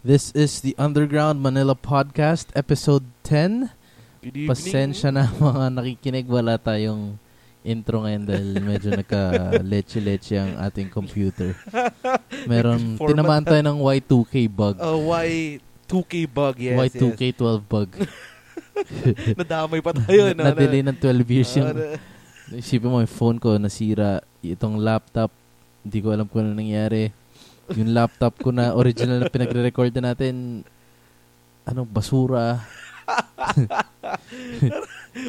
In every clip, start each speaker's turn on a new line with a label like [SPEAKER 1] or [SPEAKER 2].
[SPEAKER 1] This is the Underground Manila Podcast, Episode 10.
[SPEAKER 2] Good evening.
[SPEAKER 1] Pasensya na mga nakikinig. Wala tayong intro ngayon dahil medyo nagka-leche-leche ang ating computer. Meron,
[SPEAKER 2] Nag-format
[SPEAKER 1] tinamaan
[SPEAKER 2] na.
[SPEAKER 1] tayo ng Y2K bug.
[SPEAKER 2] Uh, why 2K bug, yes. yes.
[SPEAKER 1] Y2K12 bug.
[SPEAKER 2] Nadamay pa tayo. no?
[SPEAKER 1] Na-delay ng 12 years
[SPEAKER 2] Ah,
[SPEAKER 1] yung...
[SPEAKER 2] na-
[SPEAKER 1] Isipin mo, yung phone ko nasira. Itong laptop, hindi ko alam kung ano nangyari. Yung laptop ko na original na pinagre-record na natin, anong basura.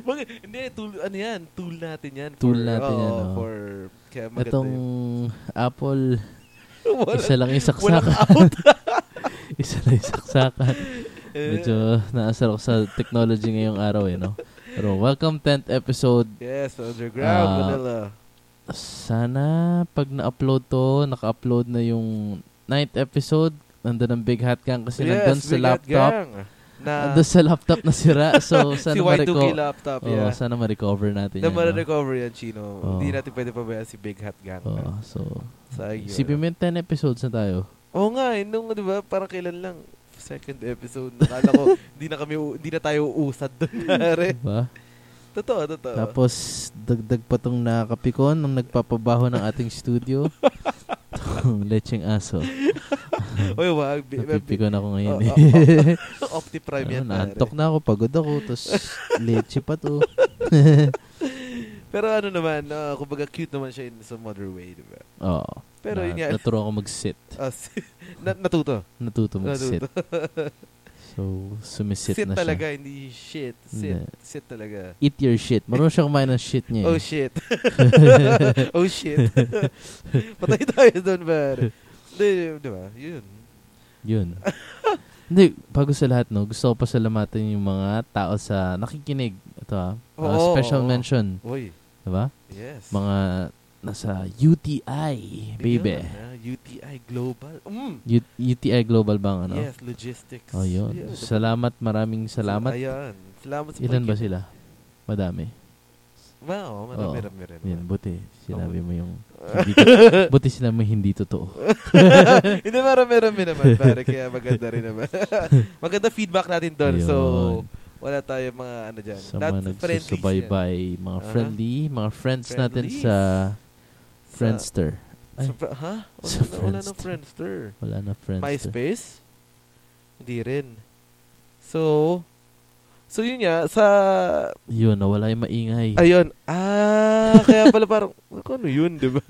[SPEAKER 2] Mga- hindi, tool, ano yan? Tool natin yan.
[SPEAKER 1] Tool
[SPEAKER 2] for-
[SPEAKER 1] natin
[SPEAKER 2] oo,
[SPEAKER 1] yan, oo.
[SPEAKER 2] For, kaya maganda
[SPEAKER 1] Itong
[SPEAKER 2] yun.
[SPEAKER 1] Apple,
[SPEAKER 2] Wala-
[SPEAKER 1] isa lang yung
[SPEAKER 2] walang
[SPEAKER 1] saksakan.
[SPEAKER 2] out.
[SPEAKER 1] isa lang yung saksakan.
[SPEAKER 2] Eh,
[SPEAKER 1] Medyo naasar ako sa technology ngayong araw eh, no? Pero welcome 10th episode.
[SPEAKER 2] Yes, underground,
[SPEAKER 1] Ah,
[SPEAKER 2] Manila.
[SPEAKER 1] Sana pag na-upload to, naka-upload na yung 9th episode, nandun ang Big Hat Gang kasi nandun sa
[SPEAKER 2] Bigat
[SPEAKER 1] laptop.
[SPEAKER 2] Gang. Na,
[SPEAKER 1] Nandun sa laptop na sira. So,
[SPEAKER 2] si
[SPEAKER 1] sana
[SPEAKER 2] Y2K
[SPEAKER 1] ma-reco-
[SPEAKER 2] laptop,
[SPEAKER 1] Oo,
[SPEAKER 2] yeah.
[SPEAKER 1] sana ma-recover natin
[SPEAKER 2] Na
[SPEAKER 1] yan. no? Oh.
[SPEAKER 2] ma-recover yan, Chino.
[SPEAKER 1] Oo.
[SPEAKER 2] Hindi natin pwede pabayaan si Big Hat Gang.
[SPEAKER 1] Oo, so,
[SPEAKER 2] Sayang yun.
[SPEAKER 1] isipin mo yung 10 episodes na tayo.
[SPEAKER 2] Oo nga, eh, nung, di ba, parang kailan lang, second episode, nakala ko, hindi na kami, u- hindi na tayo uusad doon, pare.
[SPEAKER 1] Diba?
[SPEAKER 2] Totoo, totoo.
[SPEAKER 1] Tapos, dagdag pa tong nakakapikon ng nagpapabaho ng ating studio. Tong lecheng aso.
[SPEAKER 2] Uy, wag. bi- bi-
[SPEAKER 1] Napipikon ako ngayon.
[SPEAKER 2] Oo,
[SPEAKER 1] eh.
[SPEAKER 2] Optiprime
[SPEAKER 1] Ano,
[SPEAKER 2] yan, pare.
[SPEAKER 1] naantok na ako, pagod ako, tapos leche pa to.
[SPEAKER 2] Pero ano naman, uh, kumbaga cute naman siya in some other way, di ba?
[SPEAKER 1] Oo.
[SPEAKER 2] Pero
[SPEAKER 1] na,
[SPEAKER 2] yun nga,
[SPEAKER 1] Naturo ako mag-sit.
[SPEAKER 2] ah, si- na- natuto.
[SPEAKER 1] Natuto mag-sit.
[SPEAKER 2] Natuto.
[SPEAKER 1] So, sumisit
[SPEAKER 2] Sit,
[SPEAKER 1] na siya.
[SPEAKER 2] talaga, hindi shit. Sit,
[SPEAKER 1] Hindi.
[SPEAKER 2] sit talaga.
[SPEAKER 1] Eat your shit. Marunong siya kumain ng shit niya. eh.
[SPEAKER 2] Oh, shit. oh, shit. Patay tayo doon, pare. Di, di ba? Yun.
[SPEAKER 1] Yun. Hindi, bago sa lahat, no, gusto ko pasalamatin yung mga tao sa nakikinig. Ito ah, mga
[SPEAKER 2] Oo,
[SPEAKER 1] special
[SPEAKER 2] oo.
[SPEAKER 1] mention,
[SPEAKER 2] Uy,
[SPEAKER 1] diba?
[SPEAKER 2] yes.
[SPEAKER 1] Mga nasa UTI, baby.
[SPEAKER 2] Yun, ah, UTI Global. Mm.
[SPEAKER 1] U- UTI Global Bank, ano?
[SPEAKER 2] Yes, logistics.
[SPEAKER 1] Oh, yun.
[SPEAKER 2] Yeah,
[SPEAKER 1] Salamat, maraming salamat.
[SPEAKER 2] Ayan. Salamat sa
[SPEAKER 1] Ilan ba
[SPEAKER 2] pagkik-
[SPEAKER 1] sila? Madami.
[SPEAKER 2] Wow, marami
[SPEAKER 1] Oo.
[SPEAKER 2] rami rin.
[SPEAKER 1] Yan, buti. Sinabi
[SPEAKER 2] Oo.
[SPEAKER 1] mo yung... Hindi to, buti sila mo hindi totoo.
[SPEAKER 2] Hindi, marami rami naman, pare. Kaya maganda rin naman. maganda feedback natin doon. So,
[SPEAKER 1] Yun.
[SPEAKER 2] wala tayo mga ano dyan.
[SPEAKER 1] Sa
[SPEAKER 2] Lahat
[SPEAKER 1] mga
[SPEAKER 2] friendlies yan.
[SPEAKER 1] nagsusubaybay, mga
[SPEAKER 2] Aha.
[SPEAKER 1] friendly, mga friends natin
[SPEAKER 2] Friendlies.
[SPEAKER 1] sa
[SPEAKER 2] Sa-
[SPEAKER 1] Friendster.
[SPEAKER 2] sa fr- ha? Wala,
[SPEAKER 1] Sa
[SPEAKER 2] na, wala na
[SPEAKER 1] Friendster.
[SPEAKER 2] Friendster.
[SPEAKER 1] Wala na Friendster.
[SPEAKER 2] MySpace? Hindi rin. So, so yun nga, sa,
[SPEAKER 1] Yun, nawala yung maingay.
[SPEAKER 2] ayun, ah, kaya pala parang, ano yun, di ba?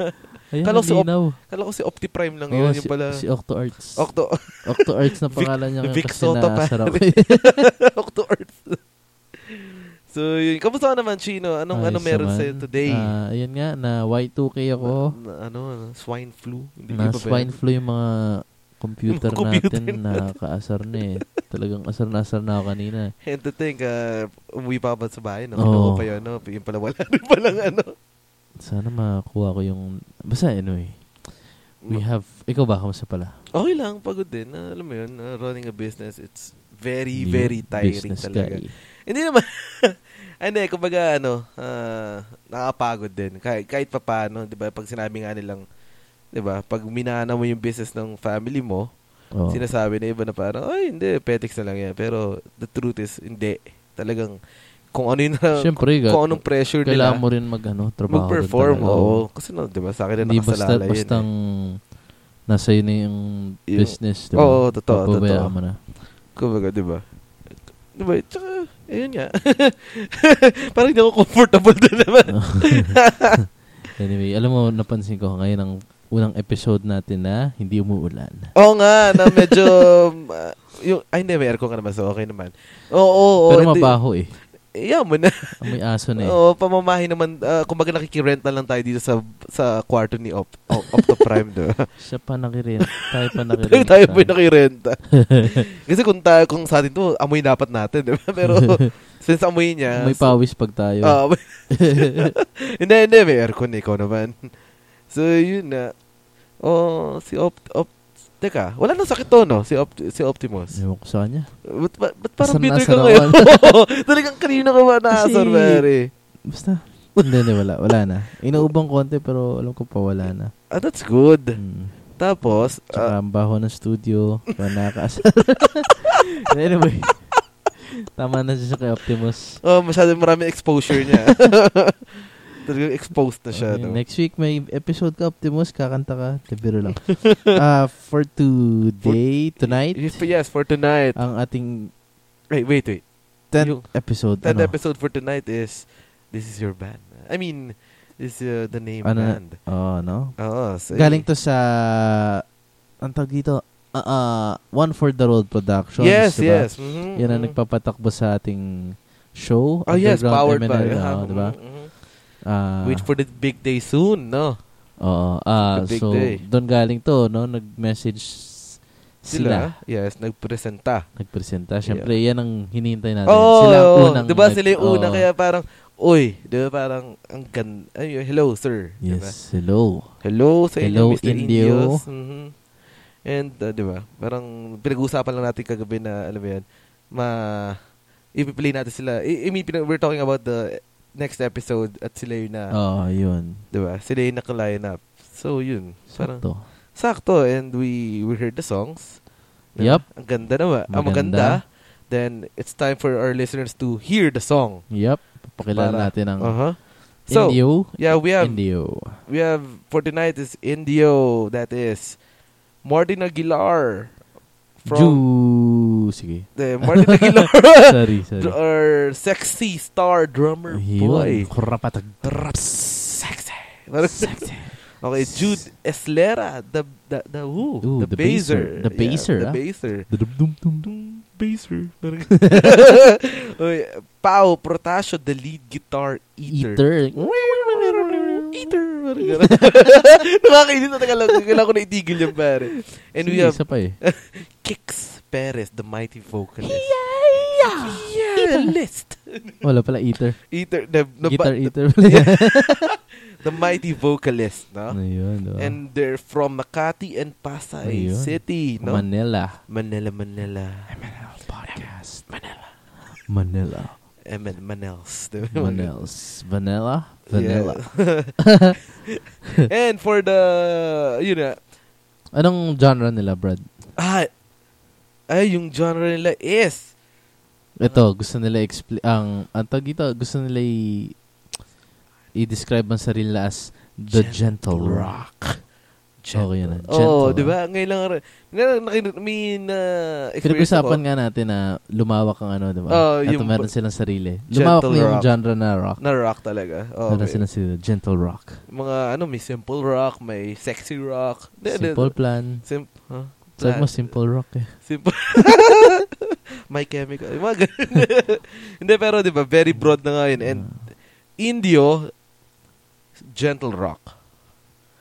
[SPEAKER 1] Ayan,
[SPEAKER 2] Kala ko si Op-
[SPEAKER 1] linaw.
[SPEAKER 2] Kala ko si Optiprime lang
[SPEAKER 1] Oo,
[SPEAKER 2] yun,
[SPEAKER 1] si,
[SPEAKER 2] yung pala.
[SPEAKER 1] si Octo Arts.
[SPEAKER 2] Octo,
[SPEAKER 1] Octo Arts na
[SPEAKER 2] Vic-
[SPEAKER 1] pangalan niya ngayon
[SPEAKER 2] Vic
[SPEAKER 1] kasi
[SPEAKER 2] Soto pa.
[SPEAKER 1] nasara ko.
[SPEAKER 2] Octo Earth. so, yun. Kamusta ka naman, Chino? Anong ano
[SPEAKER 1] Ayos
[SPEAKER 2] meron
[SPEAKER 1] naman.
[SPEAKER 2] sa'yo today?
[SPEAKER 1] Ah, ayun nga, na Y2K ako.
[SPEAKER 2] Na, na- ano, ano, swine flu? Hindi
[SPEAKER 1] Na
[SPEAKER 2] ba ba yan?
[SPEAKER 1] swine flu yung mga computer,
[SPEAKER 2] Yung mga computer
[SPEAKER 1] natin na kaasar na eh. Talagang asar na asar na ako kanina.
[SPEAKER 2] And to think, ah, umuwi pa ba sa bahay? No?
[SPEAKER 1] Oo.
[SPEAKER 2] Ano pa yun? No? Yung pala wala rin palang ano.
[SPEAKER 1] Sana makakuha ko yung... Basta anyway. We have... Ikaw ba? Kamusta pala?
[SPEAKER 2] Okay lang, pagod din. Ah, alam mo yun, ah, running a business, it's very,
[SPEAKER 1] New
[SPEAKER 2] very tiring
[SPEAKER 1] business eh.
[SPEAKER 2] talaga.
[SPEAKER 1] guy.
[SPEAKER 2] Hindi naman. Hindi, kumbaga ano, ah, nakakapagod din. Kahit, kahit pa paano, di ba? Pag sinabi nga nilang, di ba? Pag minana mo yung business ng family mo,
[SPEAKER 1] Oo.
[SPEAKER 2] sinasabi na iba na parang, ay, hindi, petics na lang yan. Pero the truth is, hindi. Talagang, kung ano yun na,
[SPEAKER 1] Siyempre,
[SPEAKER 2] kung anong pressure
[SPEAKER 1] kailangan
[SPEAKER 2] nila,
[SPEAKER 1] mo rin mag, ano, trabaho. din
[SPEAKER 2] mag-perform.
[SPEAKER 1] talaga. Oh.
[SPEAKER 2] Oo. Kasi, no, di ba, sa akin na eh.
[SPEAKER 1] Hindi basta,
[SPEAKER 2] nakasalala yun.
[SPEAKER 1] bastang nasa yun na yung
[SPEAKER 2] Yung-
[SPEAKER 1] business, di ba?
[SPEAKER 2] Oo, totoo,
[SPEAKER 1] Papabayaan
[SPEAKER 2] totoo.
[SPEAKER 1] mo na.
[SPEAKER 2] Kumbaga, di ba? Di ba? Tsaka, ayun nga. parang hindi ako comfortable doon naman.
[SPEAKER 1] anyway, alam mo, napansin ko ngayon ang unang episode natin na hindi umuulan.
[SPEAKER 2] Oo nga, na medyo... uh, yung, ay, hindi, may aircon ka naman, so okay naman. Oo, oo, oo.
[SPEAKER 1] Pero
[SPEAKER 2] Oh, hindi- Oh.
[SPEAKER 1] mabaho eh.
[SPEAKER 2] Iyan mo na.
[SPEAKER 1] May aso na eh.
[SPEAKER 2] Oo, pamamahi naman. Uh, kumbaga nakikirent na lang tayo dito sa sa kwarto ni Op, Op, Opto Prime, diba?
[SPEAKER 1] Siya pa nakirent. Tayo pa nakirent.
[SPEAKER 2] tayo, tayo po yung nakirenta. Kasi kung, tayo, kung sa atin to, amoy dapat natin, diba? Pero since amoy niya...
[SPEAKER 1] May pawis pag tayo.
[SPEAKER 2] Ah, may- hindi, hindi, may aircon, ikaw naman. So, yun na. Oh, si Op, Op, Teka, wala nang sakit to, no? Si, Op, si Optimus.
[SPEAKER 1] Ewan ko sa kanya.
[SPEAKER 2] Ba't, ba- ba't parang
[SPEAKER 1] Basta
[SPEAKER 2] bitter
[SPEAKER 1] nasa
[SPEAKER 2] ka
[SPEAKER 1] rawan.
[SPEAKER 2] ngayon? Talagang kanina ka ba naasar,
[SPEAKER 1] Kasi-
[SPEAKER 2] pare?
[SPEAKER 1] Basta. hindi, hindi, wala. Wala na. Inaubang konti pero alam ko pa wala na.
[SPEAKER 2] Ah, that's good.
[SPEAKER 1] Mm.
[SPEAKER 2] Tapos, ah,
[SPEAKER 1] Tsaka ang baho ng studio. Kung nakakaasar. anyway. Tama na siya kay Optimus.
[SPEAKER 2] oh, masyado maraming exposure niya. Talagang exposed na siya.
[SPEAKER 1] Ayun,
[SPEAKER 2] no?
[SPEAKER 1] Next week may episode ka Optimus. Kakanta ka. Hindi, Biro lang. Ah, for today, tonight,
[SPEAKER 2] If- Yes, for tonight.
[SPEAKER 1] ang ating
[SPEAKER 2] Wait, wait, wait.
[SPEAKER 1] 10th
[SPEAKER 2] Yung-
[SPEAKER 1] episode.
[SPEAKER 2] That
[SPEAKER 1] ano?
[SPEAKER 2] episode for tonight is This is your band. I mean, this is uh, the name
[SPEAKER 1] Ano na?
[SPEAKER 2] band.
[SPEAKER 1] Oh, no?
[SPEAKER 2] Oo. So,
[SPEAKER 1] Galing to sa ang tawag dito, ah, ah, One for the Road Productions.
[SPEAKER 2] Yes,
[SPEAKER 1] diba?
[SPEAKER 2] yes. mhm,
[SPEAKER 1] Yan ang
[SPEAKER 2] mhm.
[SPEAKER 1] nagpapatakbo sa ating show.
[SPEAKER 2] Oh yes,
[SPEAKER 1] Underground
[SPEAKER 2] powered by.
[SPEAKER 1] MNL,
[SPEAKER 2] uh-huh,
[SPEAKER 1] oh, diba?
[SPEAKER 2] mhm, mhm.
[SPEAKER 1] Ah,
[SPEAKER 2] Wait for the big day soon, no?
[SPEAKER 1] oo, ah,
[SPEAKER 2] the big
[SPEAKER 1] so,
[SPEAKER 2] day.
[SPEAKER 1] doon galing to, no? Nag-message s- sila.
[SPEAKER 2] Sila, yes, nagpresenta.
[SPEAKER 1] Nagpresenta. Siyempre, yan ang hinihintay natin.
[SPEAKER 2] Oh,
[SPEAKER 1] Ano sila ang
[SPEAKER 2] oo,
[SPEAKER 1] unang.
[SPEAKER 2] diba
[SPEAKER 1] nag-
[SPEAKER 2] sila yung una,
[SPEAKER 1] oo.
[SPEAKER 2] kaya parang, uy, diba parang, ang gan, ay, hello, sir. Diba?
[SPEAKER 1] Yes, hello.
[SPEAKER 2] Hello sa
[SPEAKER 1] Hello,
[SPEAKER 2] inyo, Mr.
[SPEAKER 1] Indio.
[SPEAKER 2] Indios. Mhm. And, uh, di ba, parang pinag-uusapan lang natin kagabi na, alam mo yan, ma, ipiplay natin sila. I, I mean, pina- we're talking about the next episode at sila yun na,
[SPEAKER 1] Oo, yun.
[SPEAKER 2] di ba, sila yung naka-line up. So, yun. Parang,
[SPEAKER 1] Sakto.
[SPEAKER 2] sakto. And we, we heard the songs. Di
[SPEAKER 1] Yup.
[SPEAKER 2] ba? Ang ganda naman. Ang maganda.
[SPEAKER 1] Maganda.
[SPEAKER 2] Then, it's time for our listeners to hear the song.
[SPEAKER 1] Yep. Pakilala
[SPEAKER 2] Para-
[SPEAKER 1] natin ang
[SPEAKER 2] Uh-huh. So, um,
[SPEAKER 1] Indio.
[SPEAKER 2] yeah, we have
[SPEAKER 1] Indio.
[SPEAKER 2] We have for tonight is Indio, that is Martin Aguilar from Ah!
[SPEAKER 1] Ju- Sige.
[SPEAKER 2] the Martin Aguilar
[SPEAKER 1] sorry, sorry.
[SPEAKER 2] dr- our sexy star drummer
[SPEAKER 1] Yun.
[SPEAKER 2] boy.
[SPEAKER 1] Kurapatag.
[SPEAKER 2] Rap sexy. Okay, Jude Eslera, the the the who?
[SPEAKER 1] Ooh, the
[SPEAKER 2] the, baser.
[SPEAKER 1] baser. The baser,
[SPEAKER 2] Yeah, the
[SPEAKER 1] ah.
[SPEAKER 2] baser.
[SPEAKER 1] Dudum-dum-dum.
[SPEAKER 2] Dung baser. okay, Pao Protasio, the lead guitar
[SPEAKER 1] Eater.
[SPEAKER 2] eater. Eater. Parang ganun. Nakakainis na tagal. Kailangan ko na itigil yung pare. And
[SPEAKER 1] Sige,
[SPEAKER 2] we have
[SPEAKER 1] isa pa eh.
[SPEAKER 2] Kix Perez, the mighty vocalist.
[SPEAKER 1] Eater.
[SPEAKER 2] List.
[SPEAKER 1] Wala pala eater.
[SPEAKER 2] Eater. The, the,
[SPEAKER 1] Guitar eater.
[SPEAKER 2] the mighty vocalist, no?
[SPEAKER 1] Ayun, diba?
[SPEAKER 2] And they're from Makati and Pasay
[SPEAKER 1] Ayun.
[SPEAKER 2] City, no?
[SPEAKER 1] Manila.
[SPEAKER 2] Manila, Manila.
[SPEAKER 1] Podcast. Manila. Manila.
[SPEAKER 2] ML Manels.
[SPEAKER 1] Manels. Vanilla. Vanilla.
[SPEAKER 2] Yeah. and for the, you know,
[SPEAKER 1] Anong genre nila, Brad?
[SPEAKER 2] ah, ay, yung genre nila is,
[SPEAKER 1] Ito, gusto nila expl- ang ang tawag dito, gusto nila i- i-describe ang sarili nila as the gentle,
[SPEAKER 2] Gentle
[SPEAKER 1] rock. Okay yun. ah.
[SPEAKER 2] oh,
[SPEAKER 1] Gentle
[SPEAKER 2] di
[SPEAKER 1] rock.
[SPEAKER 2] ba? Ngayon lang, ngayon lang nakin- may na uh, experience
[SPEAKER 1] Pinag-usapan
[SPEAKER 2] ako
[SPEAKER 1] nga natin na lumawak ang ano, di ba?
[SPEAKER 2] Oo,
[SPEAKER 1] At
[SPEAKER 2] yung-
[SPEAKER 1] meron silang sarili.
[SPEAKER 2] Gentle
[SPEAKER 1] Lumawak na yung
[SPEAKER 2] rock.
[SPEAKER 1] genre na rock.
[SPEAKER 2] na rock talaga. Oh,
[SPEAKER 1] Meron
[SPEAKER 2] may-
[SPEAKER 1] silang sarili, gentle rock.
[SPEAKER 2] mga ano, may simple rock, may sexy rock. Di- di-
[SPEAKER 1] Simple plan.
[SPEAKER 2] Sim- huh?
[SPEAKER 1] Sabi mo
[SPEAKER 2] Plan.
[SPEAKER 1] simple rock eh.
[SPEAKER 2] Simple. My chemical. Yung Mga ganun. Hindi, pero di ba, very broad na ngayon. And
[SPEAKER 1] Ah.
[SPEAKER 2] Indio, gentle rock.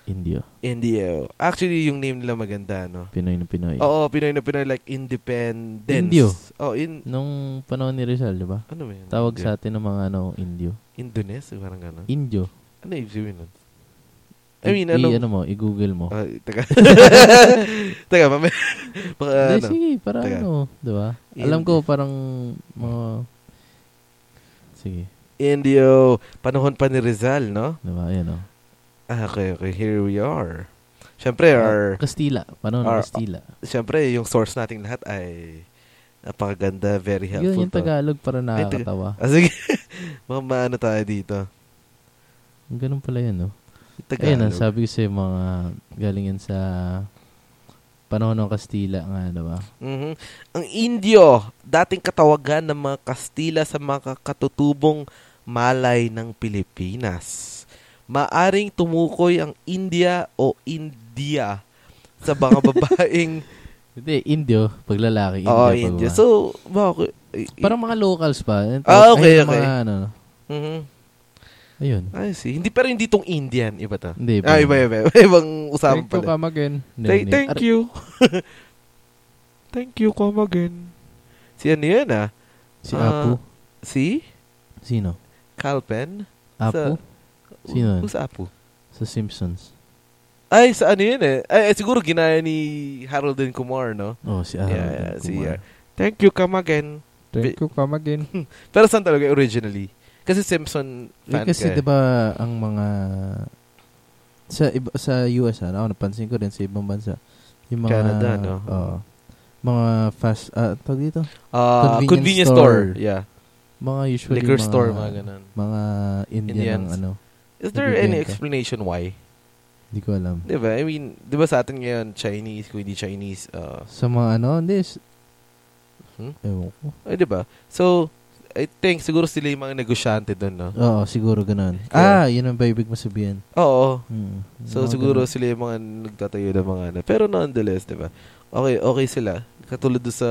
[SPEAKER 1] Indio.
[SPEAKER 2] Indio. Actually, yung name nila maganda, no?
[SPEAKER 1] Pinoy na Pinoy.
[SPEAKER 2] Oo, Pinoy na Pinoy, like independence.
[SPEAKER 1] Indio.
[SPEAKER 2] Oh, in...
[SPEAKER 1] Nung panahon ni Rizal, di ba?
[SPEAKER 2] Ano ba yun?
[SPEAKER 1] Tawag
[SPEAKER 2] Indio.
[SPEAKER 1] sa atin ng mga ano, Indio.
[SPEAKER 2] Indonesia, parang gano'n.
[SPEAKER 1] Indio.
[SPEAKER 2] Ano yung sabihin nun?
[SPEAKER 1] I,
[SPEAKER 2] I
[SPEAKER 1] i-
[SPEAKER 2] mean, ano-
[SPEAKER 1] ano mo, i-google mo.
[SPEAKER 2] Ah, teka. teka, mamaya. Baka,
[SPEAKER 1] Hindi,
[SPEAKER 2] ano.
[SPEAKER 1] sige, para
[SPEAKER 2] Teka.
[SPEAKER 1] ano, di ba?
[SPEAKER 2] Hindi.
[SPEAKER 1] Alam ko parang mga... Sige,
[SPEAKER 2] Indio. Panahon pa ni Rizal, no?
[SPEAKER 1] di ba? Ayan oh. o.
[SPEAKER 2] Ah, okay, okay. Here we are. Siyempre,
[SPEAKER 1] Ah,
[SPEAKER 2] our,
[SPEAKER 1] Kastila. Paano
[SPEAKER 2] Or-
[SPEAKER 1] na Kastila?
[SPEAKER 2] siyempre, yung source nating lahat ay napakaganda, very helpful.
[SPEAKER 1] Yun, yung
[SPEAKER 2] to.
[SPEAKER 1] Tagalog para
[SPEAKER 2] Ay, Taga-
[SPEAKER 1] nakakatawa.
[SPEAKER 2] Ah, sige. Mga maano tayo dito.
[SPEAKER 1] Ganun pala yun, no? Ayun
[SPEAKER 2] Tagalog.
[SPEAKER 1] na, sabi ko sa'yo mga galing yan sa panahon ng Kastila nga, di ba?
[SPEAKER 2] Mhm. Ang Indio, dating katawagan ng mga Kastila sa mga katutubong malay ng Pilipinas. Maaring tumukoy ang India o India sa mga babaeng
[SPEAKER 1] Hindi, Indio, paglalaki. Indio,
[SPEAKER 2] Oo,
[SPEAKER 1] pag
[SPEAKER 2] India.
[SPEAKER 1] babae.
[SPEAKER 2] So, eh, bakit? i- i-
[SPEAKER 1] parang mga locals pa. Ayun,
[SPEAKER 2] Ah, okay,
[SPEAKER 1] ayun,
[SPEAKER 2] okay.
[SPEAKER 1] Mga, ano,
[SPEAKER 2] Mhm.
[SPEAKER 1] ayun.
[SPEAKER 2] I see. Hindi, pero hindi tong Indian. Iba to.
[SPEAKER 1] Hindi,
[SPEAKER 2] Ah, iba, iba. iba. Ibang usapan
[SPEAKER 1] Thank you,
[SPEAKER 2] pala.
[SPEAKER 1] come again. Hindi,
[SPEAKER 2] Thank,
[SPEAKER 1] hindi.
[SPEAKER 2] thank
[SPEAKER 1] Ar-
[SPEAKER 2] you. thank you, come again. Si ano yan, ah?
[SPEAKER 1] Si
[SPEAKER 2] Ah,
[SPEAKER 1] Apu.
[SPEAKER 2] Si
[SPEAKER 1] Sino?
[SPEAKER 2] Calpen?
[SPEAKER 1] Apu? Sino yun?
[SPEAKER 2] Who's Apu?
[SPEAKER 1] Sa Simpsons.
[SPEAKER 2] Ay, sa ano yun eh. Ay, ay, siguro ginaya ni Harold and Kumar, no?
[SPEAKER 1] Oh, si
[SPEAKER 2] Yeah,
[SPEAKER 1] Harold
[SPEAKER 2] yeah,
[SPEAKER 1] and
[SPEAKER 2] si,
[SPEAKER 1] Kumar.
[SPEAKER 2] uh, Thank you, come again. Thank
[SPEAKER 1] you, come again.
[SPEAKER 2] Pero saan talaga originally? Kasi Simpson fan
[SPEAKER 1] kasi
[SPEAKER 2] ka. eh.
[SPEAKER 1] diba ang mga sa iba, sa US ano, ako napansin ko rin sa ibang bansa. Yung mga
[SPEAKER 2] Canada, no?
[SPEAKER 1] oo. mga fast ah tawag dito.
[SPEAKER 2] Ah,
[SPEAKER 1] Convenience
[SPEAKER 2] convenience
[SPEAKER 1] store.
[SPEAKER 2] store. Yeah.
[SPEAKER 1] Mga usually
[SPEAKER 2] Liquor
[SPEAKER 1] mga,
[SPEAKER 2] store, mga ganun.
[SPEAKER 1] Mga Indian
[SPEAKER 2] Indians.
[SPEAKER 1] ang ano.
[SPEAKER 2] Is there
[SPEAKER 1] nagbibenta.
[SPEAKER 2] any explanation why?
[SPEAKER 1] Hindi ko alam.
[SPEAKER 2] Di ba? I mean, di ba sa atin ngayon, Chinese, kung hindi Chinese, uh,
[SPEAKER 1] Sa mga ano, hindi. s-
[SPEAKER 2] Hmm?
[SPEAKER 1] Ewan ko.
[SPEAKER 2] ay, di ba? So, I think, siguro sila yung mga negosyante doon, no?
[SPEAKER 1] Oo, siguro ganun.
[SPEAKER 2] Yeah.
[SPEAKER 1] Ah, yun ang ba ibig mo sabihin?
[SPEAKER 2] Oo.
[SPEAKER 1] Hmm.
[SPEAKER 2] So,
[SPEAKER 1] Mga
[SPEAKER 2] siguro
[SPEAKER 1] ganun.
[SPEAKER 2] sila yung mga nagtatayo ng mga ano. Pero nonetheless, di ba? Okay, okay sila. Katulad doon sa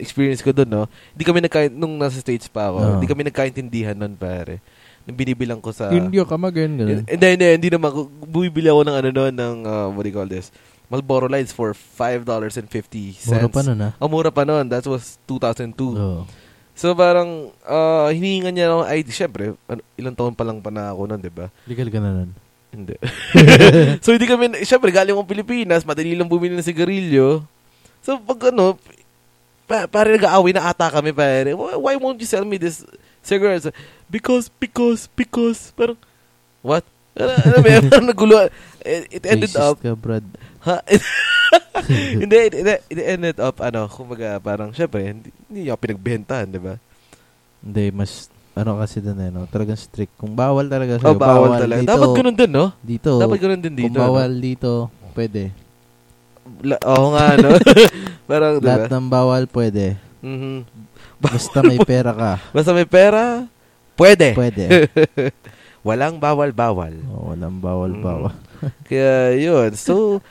[SPEAKER 2] experience ko doon, no? Hindi kami nagkain, nung nasa States pa ako,
[SPEAKER 1] Oo.
[SPEAKER 2] hindi kami nagkaintindihan noon, pare. Nung binibilang ko sa...
[SPEAKER 1] Indio ka magan, ganun.
[SPEAKER 2] Hindi, hindi, hindi naman. Kung Bumibili ako ng ano noon, ng, uh, what do you call this? Marlboro Lights for $5.50.
[SPEAKER 1] Mura pa nun, Oh. ah.
[SPEAKER 2] Ang mura pa noon. That was 2002.
[SPEAKER 1] Oo.
[SPEAKER 2] So parang uh, hinihingan niya ng ID. Siyempre, ano, ilang taon pa lang pa na ako noon, di ba?
[SPEAKER 1] Legal ka na nun.
[SPEAKER 2] Hindi. so hindi kami, siyempre galing akong Pilipinas, madali lang bumili ng sigarilyo. So pag ano, pa, pare nag-aaway na ata kami pare. Why, why won't you sell me this cigarettes? Because, because, because. Parang, what? Ano, ano, may parang nagulo. It, it ended
[SPEAKER 1] Racist
[SPEAKER 2] up,
[SPEAKER 1] ka, Brad.
[SPEAKER 2] ha? hindi, it, it, it ended up, ano, kumbaga parang, syempre, hindi, hindi niya ako pinagbentahan, di ba?
[SPEAKER 1] Hindi, mas ano kasi dun eh, no? Talagang strict. Kung bawal talaga
[SPEAKER 2] Oh,
[SPEAKER 1] sa'yo,
[SPEAKER 2] bawal talaga.
[SPEAKER 1] Dito,
[SPEAKER 2] Dapat ganun din, no?
[SPEAKER 1] Dito,
[SPEAKER 2] Dapat ganun din dito. ano?
[SPEAKER 1] kung bawal dito, pwede.
[SPEAKER 2] La, oo nga, no? parang, di
[SPEAKER 1] Lahat
[SPEAKER 2] ba?
[SPEAKER 1] ng bawal, pwede.
[SPEAKER 2] Mhm.
[SPEAKER 1] Basta may pera ka,
[SPEAKER 2] Basta may pera, pwede.
[SPEAKER 1] pwede.
[SPEAKER 2] Walang bawal-bawal.
[SPEAKER 1] Oh, walang bawal,
[SPEAKER 2] Mm.
[SPEAKER 1] bawal.
[SPEAKER 2] Kaya yun. So,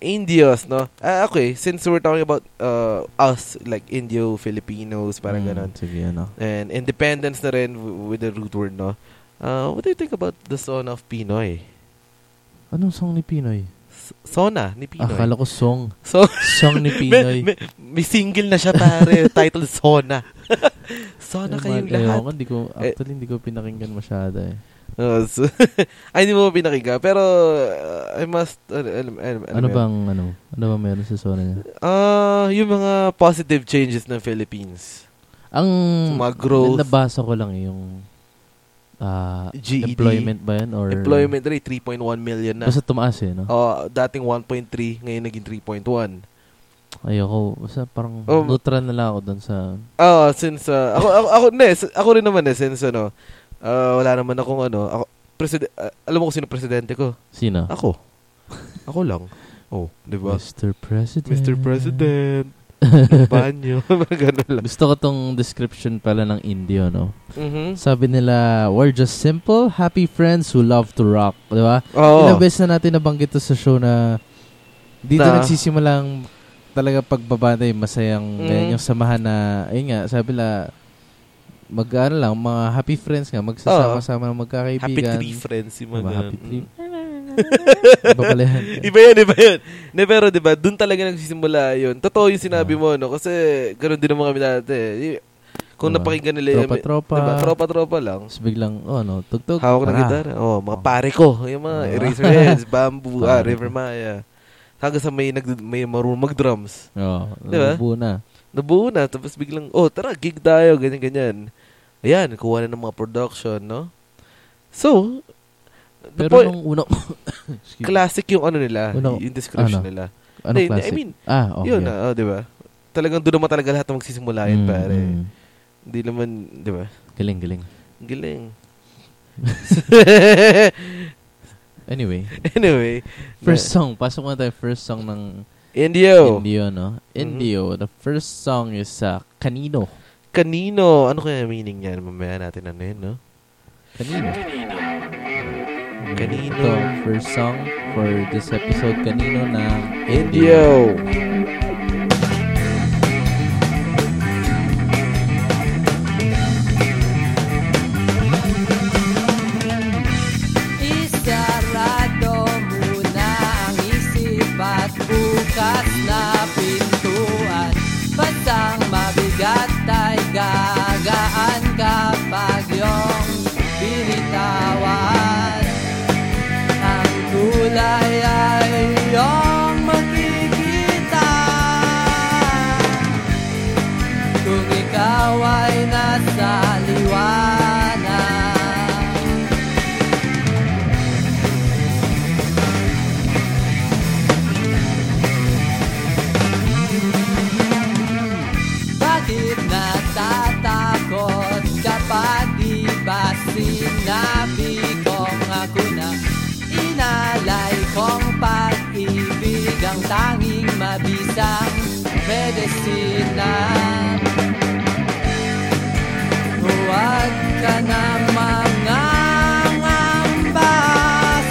[SPEAKER 2] Indios, no? Ah, okay, since we're talking about uh, us, like Indio, Filipinos, parang
[SPEAKER 1] Hmm,
[SPEAKER 2] ganon.
[SPEAKER 1] Sige, ano.
[SPEAKER 2] And independence na rin w- with the root word, no? Uh, what do you think about the son of Pinoy?
[SPEAKER 1] Anong song ni Pinoy?
[SPEAKER 2] S- Sona ni Pinoy.
[SPEAKER 1] Ah, Akala ko song.
[SPEAKER 2] so,
[SPEAKER 1] Song ni Pinoy.
[SPEAKER 2] May, may, may single na siya pare, title Sona. Sona kayong
[SPEAKER 1] Eh,
[SPEAKER 2] lahat.
[SPEAKER 1] ewan ko, hindi ko, actually, hindi ko pinakinggan masyado eh.
[SPEAKER 2] Oo, Oh, so, ay, hindi mo pinakinggan. Pero, uh, I must, ano, ano, ano,
[SPEAKER 1] Ano bang, ano? Ano ba meron sa song niya?
[SPEAKER 2] Ah, yung mga positive changes ng Philippines.
[SPEAKER 1] Ang
[SPEAKER 2] So, mga growth.
[SPEAKER 1] nabasa ko lang eh, yung ah,
[SPEAKER 2] GED.
[SPEAKER 1] employment ba yan? Or,
[SPEAKER 2] E Employment rate, 3.1 million na.
[SPEAKER 1] Basta tumaas eh, no?
[SPEAKER 2] Oh, dating 1.3, ngayon naging 3.1.
[SPEAKER 1] Ayoko. Basta parang
[SPEAKER 2] Oh.
[SPEAKER 1] neutral na lang ako dun sa...
[SPEAKER 2] Oh, since, ah, ako, ako, ako, ne, s- ako rin naman eh, since ano, ah, wala naman akong ano, ako, preside- ah, alam mo kung sino presidente ko?
[SPEAKER 1] Sino?
[SPEAKER 2] Ako. Ako lang. Oh, di ba?
[SPEAKER 1] Mr. President.
[SPEAKER 2] Mr. President. Banyo. Mga ganun lang.
[SPEAKER 1] Gusto ko tong description pala ng Indio, no?
[SPEAKER 2] Mhm.
[SPEAKER 1] Sabi nila, we're just simple, happy friends who love to rock. Di ba?
[SPEAKER 2] Oo.
[SPEAKER 1] Ilang beses na natin nabanggit to sa show na dito
[SPEAKER 2] Na-
[SPEAKER 1] nagsisimula ang talaga pagbabanda yung masayang
[SPEAKER 2] Mm.
[SPEAKER 1] ganyan, yung samahan na, ayun nga, sabi nila, mag ano lang, mga happy friends nga, magsasama-sama ng
[SPEAKER 2] Happy
[SPEAKER 1] magkakaibigan.
[SPEAKER 2] Tree Friends. Yung mga
[SPEAKER 1] Diba? Happy
[SPEAKER 2] ganun.
[SPEAKER 1] tree.
[SPEAKER 2] Mm.
[SPEAKER 1] Iba pala yan.
[SPEAKER 2] Iba yun, iba yun. Ne, pero di ba, dun talaga nagsisimula yun. Totoo yung sinabi
[SPEAKER 1] Ah.
[SPEAKER 2] mo, no? Kasi ganun din naman kami dati. Y- Kung
[SPEAKER 1] Diba?
[SPEAKER 2] napakinggan nila yung...
[SPEAKER 1] Tropa-tropa.
[SPEAKER 2] Diba? Tropa-tropa lang.
[SPEAKER 1] Tapos biglang, oh, ano, tugtog.
[SPEAKER 2] Hawak ng
[SPEAKER 1] tara.
[SPEAKER 2] gitara. Oh, mga pare ko. Yung mga
[SPEAKER 1] Ah.
[SPEAKER 2] Eraserheads, Bamboo, ah,
[SPEAKER 1] Pare.
[SPEAKER 2] River Maya. Hanggang sa may, nag, may marunong mag-drums.
[SPEAKER 1] Oo,
[SPEAKER 2] Diba?
[SPEAKER 1] nabuo Oh, na.
[SPEAKER 2] Nabuo na, tapos biglang, oh, tara, gig tayo, ganyan-ganyan. Ayan, kuha na ng mga production, no? So, the
[SPEAKER 1] Pero
[SPEAKER 2] point-
[SPEAKER 1] nung unang, Excuse me.
[SPEAKER 2] classic yung ano nila,
[SPEAKER 1] Una-
[SPEAKER 2] yung
[SPEAKER 1] ano?
[SPEAKER 2] description nila.
[SPEAKER 1] anong
[SPEAKER 2] Hindi, hindi,
[SPEAKER 1] classic?
[SPEAKER 2] I mean,
[SPEAKER 1] ah, okay.
[SPEAKER 2] yun na, oh, di ba? Talagang doon naman talaga lahat na magsisimula yun,
[SPEAKER 1] Mm,
[SPEAKER 2] pare.
[SPEAKER 1] mm.
[SPEAKER 2] Hindi naman, di ba?
[SPEAKER 1] Galing, galing.
[SPEAKER 2] Ang Galing.
[SPEAKER 1] Anyway,
[SPEAKER 2] anyway,
[SPEAKER 1] first song. Pasok na tayo first song ng
[SPEAKER 2] Indio.
[SPEAKER 1] Indio, no?
[SPEAKER 2] Mm-hmm.
[SPEAKER 1] Indio, the first song is uh, sa Kanino.
[SPEAKER 2] Kanino? Ano kaya meaning niyan? Mamaya natin ano yun, no?
[SPEAKER 1] Kanino. Mm, Ito
[SPEAKER 2] Kanino.
[SPEAKER 1] ang first song for this episode. Kanino ng Indio.
[SPEAKER 2] Indio.
[SPEAKER 3] Isarado mo na ang isip at bukas na pintuan Pasang mabigat ay gagaan kapag iyong binitawan Ang tulay ay iyong makikita Kung ikaw ay nasa liwanag Bakit natatakot kapag di ba sinabi kong ako na Inalay kong pag-ibig ang tanging mabisang medisina Huwag ka na mangangamba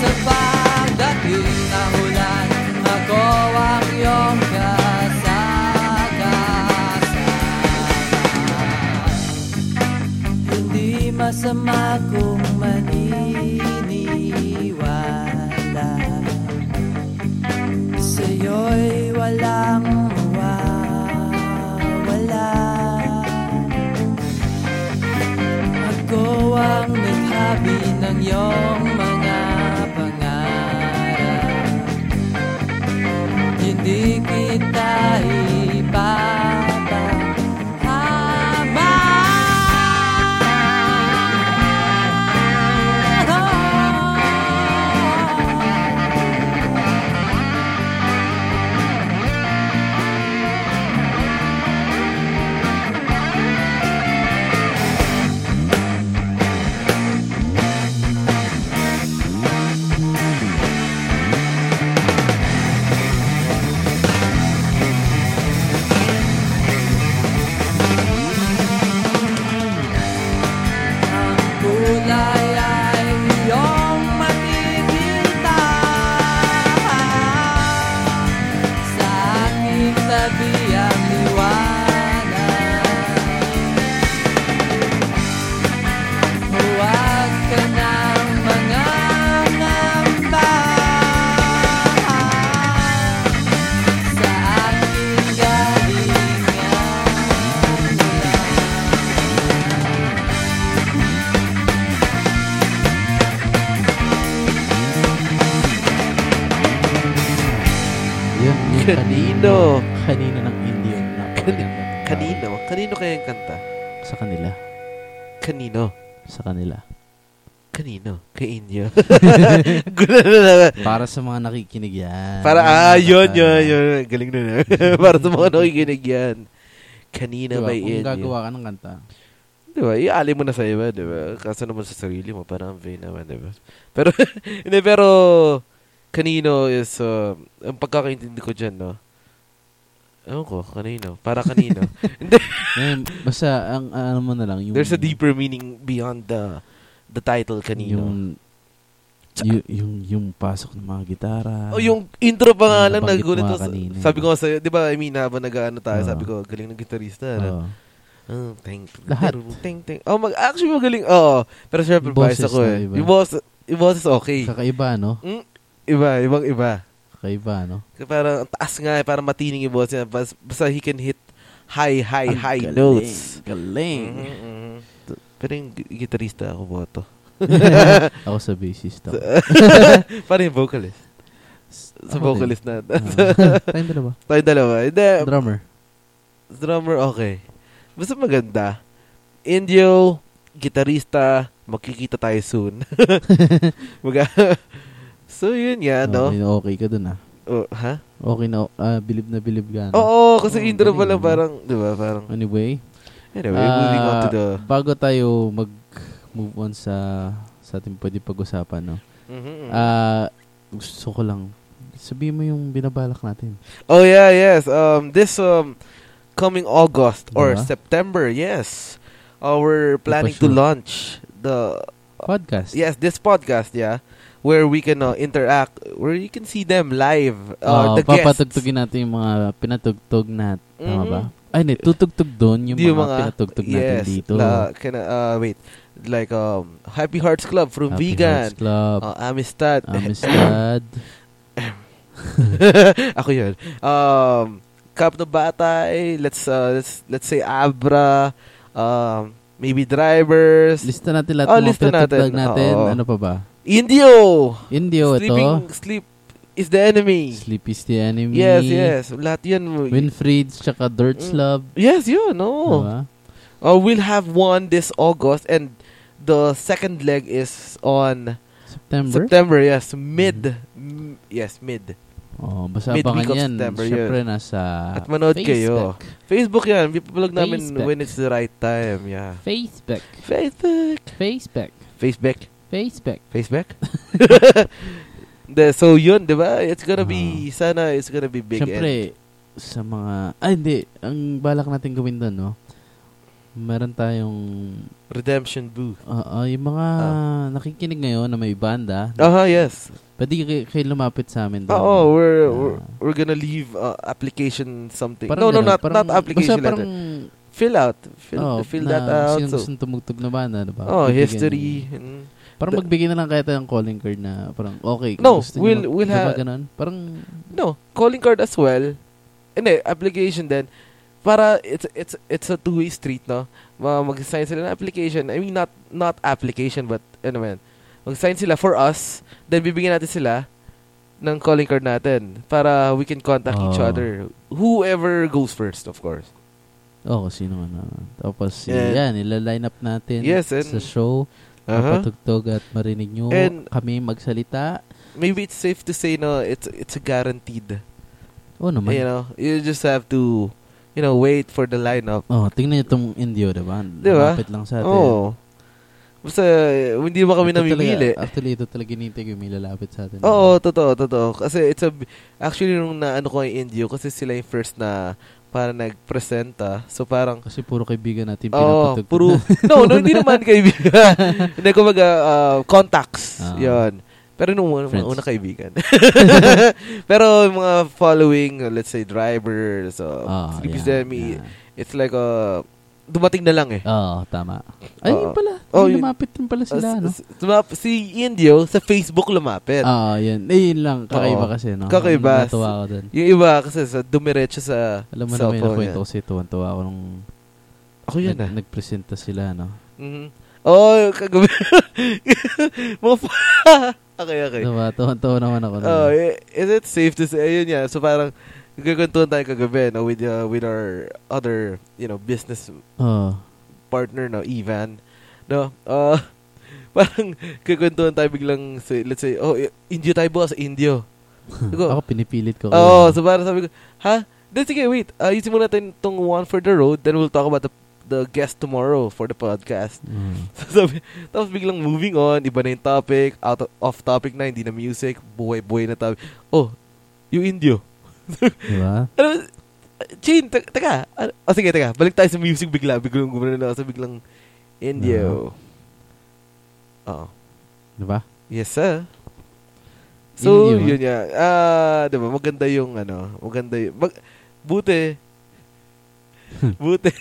[SPEAKER 3] Sapagdating ng ulan Ako ang iyong kasakasama Hindi masama kung maniniwala Sa'yo'y walang mawawala ako ang naghabi ng iyong mga pangarap Hindi kita ipapahama Ang kulay ay iyong makikita Sa aking tabi ang liwanag Huwag ka nang mangangamba Sa aking galingan
[SPEAKER 1] Yun, yung
[SPEAKER 2] Kanino?
[SPEAKER 1] Kanino ng Indian. Napakaganda.
[SPEAKER 2] Kanino? Kanino kaya yung kanta?
[SPEAKER 1] Sa kanila.
[SPEAKER 2] Kanino?
[SPEAKER 1] Sa kanila.
[SPEAKER 2] Kanino? Kay Indio. Gulo na naman.
[SPEAKER 1] Para sa mga nakikinig yan.
[SPEAKER 2] Para, ah, yun,
[SPEAKER 1] Ah,
[SPEAKER 2] yun, yun. Galing na na. Para sa mga nakikinig yan. Kanina
[SPEAKER 1] Diba,
[SPEAKER 2] ba
[SPEAKER 1] kung
[SPEAKER 2] yun?
[SPEAKER 1] gagawa ka ng kanta.
[SPEAKER 2] Di ba? Iali mo na sa iba, di ba? diba? Kaso naman sa sarili mo, parang ang vain naman, di ba? Pero, hindi, pero, kanino is, uh, ang pagkakaintindi ko dyan, no? Ewan ko, kanino? Para kanino?
[SPEAKER 1] Ngayon, basta, ang ano mo na lang. Yung,
[SPEAKER 2] There's a deeper meaning beyond the the title kanino.
[SPEAKER 1] Yung, yung, yung, yung pasok ng mga gitara.
[SPEAKER 2] oh, yung intro pa nga
[SPEAKER 1] Yung ah,
[SPEAKER 2] lang
[SPEAKER 1] nabanggit
[SPEAKER 2] nagulat
[SPEAKER 1] mo nga
[SPEAKER 2] ako.
[SPEAKER 1] kanina. diba? Ah.
[SPEAKER 2] Sabi ko nga sa'yo, di ba, I mean, habang nag-ano tayo,
[SPEAKER 1] Oo.
[SPEAKER 2] sabi ko, galing ng gitarista. ano?
[SPEAKER 1] Oo.
[SPEAKER 2] Oh, thank
[SPEAKER 1] Lahat.
[SPEAKER 2] Thank, thank. Oh, mag actually magaling. Oo. pero syempre
[SPEAKER 1] Yung boses
[SPEAKER 2] biased ako
[SPEAKER 1] na
[SPEAKER 2] eh.
[SPEAKER 1] iba.
[SPEAKER 2] Yung boses, yung boses okay.
[SPEAKER 1] Kakaiba, no?
[SPEAKER 2] Mm, iba, ibang iba.
[SPEAKER 1] Kakaiba, no?
[SPEAKER 2] Kaya Parang ang taas nga eh, parang matining yung boses niya. Bas, basta he can hit high, high,
[SPEAKER 1] Ang
[SPEAKER 2] high
[SPEAKER 1] galing,
[SPEAKER 2] notes.
[SPEAKER 1] Galing.
[SPEAKER 2] Mhm, mhm. Pero yung gi- gitarista ako boto.
[SPEAKER 1] Ako sa bassist ako.
[SPEAKER 2] Parang yung vocalist. Sa
[SPEAKER 1] Ako din.
[SPEAKER 2] vocalist Um, na.
[SPEAKER 1] Ah. Tayong dalawa.
[SPEAKER 2] Tayo dalawa. Hindi,
[SPEAKER 1] Drummer.
[SPEAKER 2] drummer okay. Basta maganda. Indio, gitarista, makikita tayo soon. Mag- so yun nga,
[SPEAKER 1] Oh,
[SPEAKER 2] no?
[SPEAKER 1] yun, okay ka dun, ah.
[SPEAKER 2] Oh, ha?
[SPEAKER 1] Okay na, ah, bilib na bilib ka. no?
[SPEAKER 2] Oo, kasi
[SPEAKER 1] Oh,
[SPEAKER 2] intro pa
[SPEAKER 1] galing,
[SPEAKER 2] lang
[SPEAKER 1] no?
[SPEAKER 2] parang, di ba, parang,
[SPEAKER 1] Anyway,
[SPEAKER 2] anyway, moving on to
[SPEAKER 1] ah,
[SPEAKER 2] the,
[SPEAKER 1] bago tayo mag-move on sa sa ating pwede pag-usapan, no?
[SPEAKER 2] Mhm, mhm.
[SPEAKER 1] Ah, gusto ko lang, sabihin mo yung binabalak natin.
[SPEAKER 2] Oh yeah, yes. Um, this um, coming August or
[SPEAKER 1] Diba?
[SPEAKER 2] September, yes. Uh, we're planning
[SPEAKER 1] sure.
[SPEAKER 2] to launch the
[SPEAKER 1] Podcast.
[SPEAKER 2] yes this podcast, yeah, where we can uh, interact, where you can see them live.
[SPEAKER 1] Oh,
[SPEAKER 2] Uh, the guests.
[SPEAKER 1] papatugtugin natin yung mga pinatugtog natin. Tama
[SPEAKER 2] Mhm.
[SPEAKER 1] ba? Ay, hindi. Tutugtog doon yung, mga, pinatugtog natin
[SPEAKER 2] yes,
[SPEAKER 1] dito.
[SPEAKER 2] La, can, uh, wait, like um, Happy Hearts Club from
[SPEAKER 1] Happy
[SPEAKER 2] Vegan,
[SPEAKER 1] Hearts Club, Ah, Um,
[SPEAKER 2] uh, Amistad,
[SPEAKER 1] Amistad,
[SPEAKER 2] Ako yun. Um, Cup na Batay, let's, uh, let's, let's say Abra, um, maybe Drivers,
[SPEAKER 1] Lista natin lahat
[SPEAKER 2] Oh,
[SPEAKER 1] ng mga
[SPEAKER 2] lista natin.
[SPEAKER 1] pinatugtag natin.
[SPEAKER 2] Oo.
[SPEAKER 1] Ano pa ba?
[SPEAKER 2] Indio!
[SPEAKER 1] Indio,
[SPEAKER 2] Sleeping,
[SPEAKER 1] ito.
[SPEAKER 2] sleep is the enemy.
[SPEAKER 1] Sleep is the enemy.
[SPEAKER 2] Yes, yes. Lahat yun.
[SPEAKER 1] Winfried's, tsaka Dirt's
[SPEAKER 2] Mm.
[SPEAKER 1] Love.
[SPEAKER 2] Yes, yun. No.
[SPEAKER 1] Diba?
[SPEAKER 2] Uh, we'll have one this August and the second leg is on
[SPEAKER 1] September? Mm-hmm.
[SPEAKER 2] September. Mm, yes. Mid. M- yes, mid.
[SPEAKER 1] Oh, basta
[SPEAKER 2] Midweek
[SPEAKER 1] abangan
[SPEAKER 2] of
[SPEAKER 1] yan.
[SPEAKER 2] September yun.
[SPEAKER 1] Siyempre, nasa
[SPEAKER 2] At manood
[SPEAKER 1] Ah,
[SPEAKER 2] kayo.
[SPEAKER 1] Facebook.
[SPEAKER 2] Facebook yan. Ipapalag namin
[SPEAKER 1] Facebook.
[SPEAKER 2] when it's the right time. Yeah.
[SPEAKER 1] Facebook.
[SPEAKER 2] Facebook.
[SPEAKER 1] Facebook.
[SPEAKER 2] Facebook.
[SPEAKER 1] Facebook.
[SPEAKER 2] Facebook. De, so yun, di ba? It's gonna be, sana it's gonna be big
[SPEAKER 1] Uh-huh. Siyempre,
[SPEAKER 2] and
[SPEAKER 1] sa mga... Ah, hindi. Ang balak natin gawin doon, no? Meron tayong...
[SPEAKER 2] redemption boo.
[SPEAKER 1] ah, ah, yung mga nakikinig ngayon na may banda,
[SPEAKER 2] Aha, Uh-huh, yes.
[SPEAKER 1] pwede kayo, kayo lumapit sa amin doon.
[SPEAKER 2] Ah. Oo, we're, we're,
[SPEAKER 1] Ah.
[SPEAKER 2] we're gonna leave uh, application something.
[SPEAKER 1] Parang
[SPEAKER 2] no, no,
[SPEAKER 1] ganun.
[SPEAKER 2] not,
[SPEAKER 1] Parang-
[SPEAKER 2] not application
[SPEAKER 1] Basta parang,
[SPEAKER 2] letter. Fill out. Fill,
[SPEAKER 1] oh,
[SPEAKER 2] fill
[SPEAKER 1] na
[SPEAKER 2] that out.
[SPEAKER 1] Sino
[SPEAKER 2] So,
[SPEAKER 1] gusto tumugtog na banda, diba?
[SPEAKER 2] oh,
[SPEAKER 1] Bibigyan-
[SPEAKER 2] history. and-
[SPEAKER 1] Parang magbigay na lang kaya tayo ng calling card na parang okay. kung
[SPEAKER 2] No,
[SPEAKER 1] gusto niyo
[SPEAKER 2] we'll-
[SPEAKER 1] mag-
[SPEAKER 2] we'll
[SPEAKER 1] diba
[SPEAKER 2] have-
[SPEAKER 1] ganun? Parang,
[SPEAKER 2] No, calling card as well. Hindi, application din. Para it's it's it's a two-way street, no? Ma- Mag-sign sila ng application. I mean not not application but ano man. Mag-sign sila for us, then bibigyan natin sila ng calling card natin para we can contact each
[SPEAKER 1] Oh.
[SPEAKER 2] other. Whoever goes first, of course.
[SPEAKER 1] oh, sino man. na. Tapos,
[SPEAKER 2] Yeah.
[SPEAKER 1] yan, ila-line up natin
[SPEAKER 2] Yes, and-
[SPEAKER 1] sa show.
[SPEAKER 2] Aha.
[SPEAKER 1] Mapatugtog at marinig nyo
[SPEAKER 2] And-
[SPEAKER 1] kami magsalita.
[SPEAKER 2] Maybe it's safe to say no, it's it's a guaranteed.
[SPEAKER 1] Oo naman.
[SPEAKER 2] You know, you just have to you know, wait for the lineup.
[SPEAKER 1] Oh, tingnan nyo itong indio, diba?
[SPEAKER 2] Diba?
[SPEAKER 1] Lapit lang sa atin.
[SPEAKER 2] Oh. Basta hindi ba kami
[SPEAKER 1] Ito talaga-
[SPEAKER 2] namimili?
[SPEAKER 1] Actually, ito talaga hinihintay ko yung may lalapit sa atin.
[SPEAKER 2] Oo, totoo, totoo. Kasi it's a, actually nung naano ko yung Indio, kasi sila yung first na para nagpresenta. So parang,
[SPEAKER 1] Kasi puro kaibigan natin
[SPEAKER 2] oh,
[SPEAKER 1] pinapatugtog.
[SPEAKER 2] puro, no, no, hindi naman kaibigan. hindi ko mag, contacts,
[SPEAKER 1] Ah.
[SPEAKER 2] yon Pero nung una,
[SPEAKER 1] Friends.
[SPEAKER 2] una kaibigan. Pero yung mga following, let's say, drivers, so,
[SPEAKER 1] Ah,
[SPEAKER 2] sleepy
[SPEAKER 1] yeah,
[SPEAKER 2] semi,
[SPEAKER 1] yeah. Ah,
[SPEAKER 2] it's like, uh, dumating na lang eh.
[SPEAKER 1] Oo, tama. Ay,
[SPEAKER 2] Oo.
[SPEAKER 1] yun pala. Ay,
[SPEAKER 2] Oh, yun.
[SPEAKER 1] lumapit din pala
[SPEAKER 2] Uh,
[SPEAKER 1] sila, no?
[SPEAKER 2] s- s- tumap- si Indio sa Facebook lumapit.
[SPEAKER 1] Oo, yun. Eh, yun lang. Kakaiba
[SPEAKER 2] Oo.
[SPEAKER 1] kasi, no?
[SPEAKER 2] Kakaiba.
[SPEAKER 1] Natuwa ako dun.
[SPEAKER 2] Yung iba kasi sa dumiretso sa
[SPEAKER 1] Alam mo na may
[SPEAKER 2] cellphone yan.
[SPEAKER 1] nakwento kasi tuwan-tuwa ako nung
[SPEAKER 2] Ako yun
[SPEAKER 1] nag-
[SPEAKER 2] ah.
[SPEAKER 1] nagpresenta sila, no?
[SPEAKER 2] Mhm. Oh, kagabi. Mga fa- okay, okay.
[SPEAKER 1] Diba? Tuwan-tuwa naman ako. nun.
[SPEAKER 2] Oh, i- is it safe to say, ayun yan, so parang, nagkakuntuan tayo kagabi, no, with, uh, with our other, you know, business
[SPEAKER 1] Oo.
[SPEAKER 2] partner, no, Ivan, no, uh, parang, kakuntuan tayo biglang, say, let's say, oh, i- Indio tayo boss, Indio. Digo,
[SPEAKER 1] Hmm. Ako pinipilit ko.
[SPEAKER 2] Oo, oh,
[SPEAKER 1] kaya.
[SPEAKER 2] so parang sabi ko, ha? Then sige, wait. Uh, isin muna natin tong one for the road, then we'll talk about the, the guest tomorrow for the podcast.
[SPEAKER 1] Mm.
[SPEAKER 2] So sabi, tapos biglang moving on, iba na yung topic, out of, off topic na, hindi na music, buhay-buhay na topic. Oh, yung Indio.
[SPEAKER 1] Diba?
[SPEAKER 2] Ano, Chin, te- teka. Ano, oh, sige, teka. Balik tayo sa music bigla. Biglang gumano na ako sa biglang Indio. Oo.
[SPEAKER 1] Diba?
[SPEAKER 2] Yes, sir. So,
[SPEAKER 1] Indio, ah.
[SPEAKER 2] yun nga. Ah, di ba? Maganda yung ano. Maganda yung... Mag, buti. buti.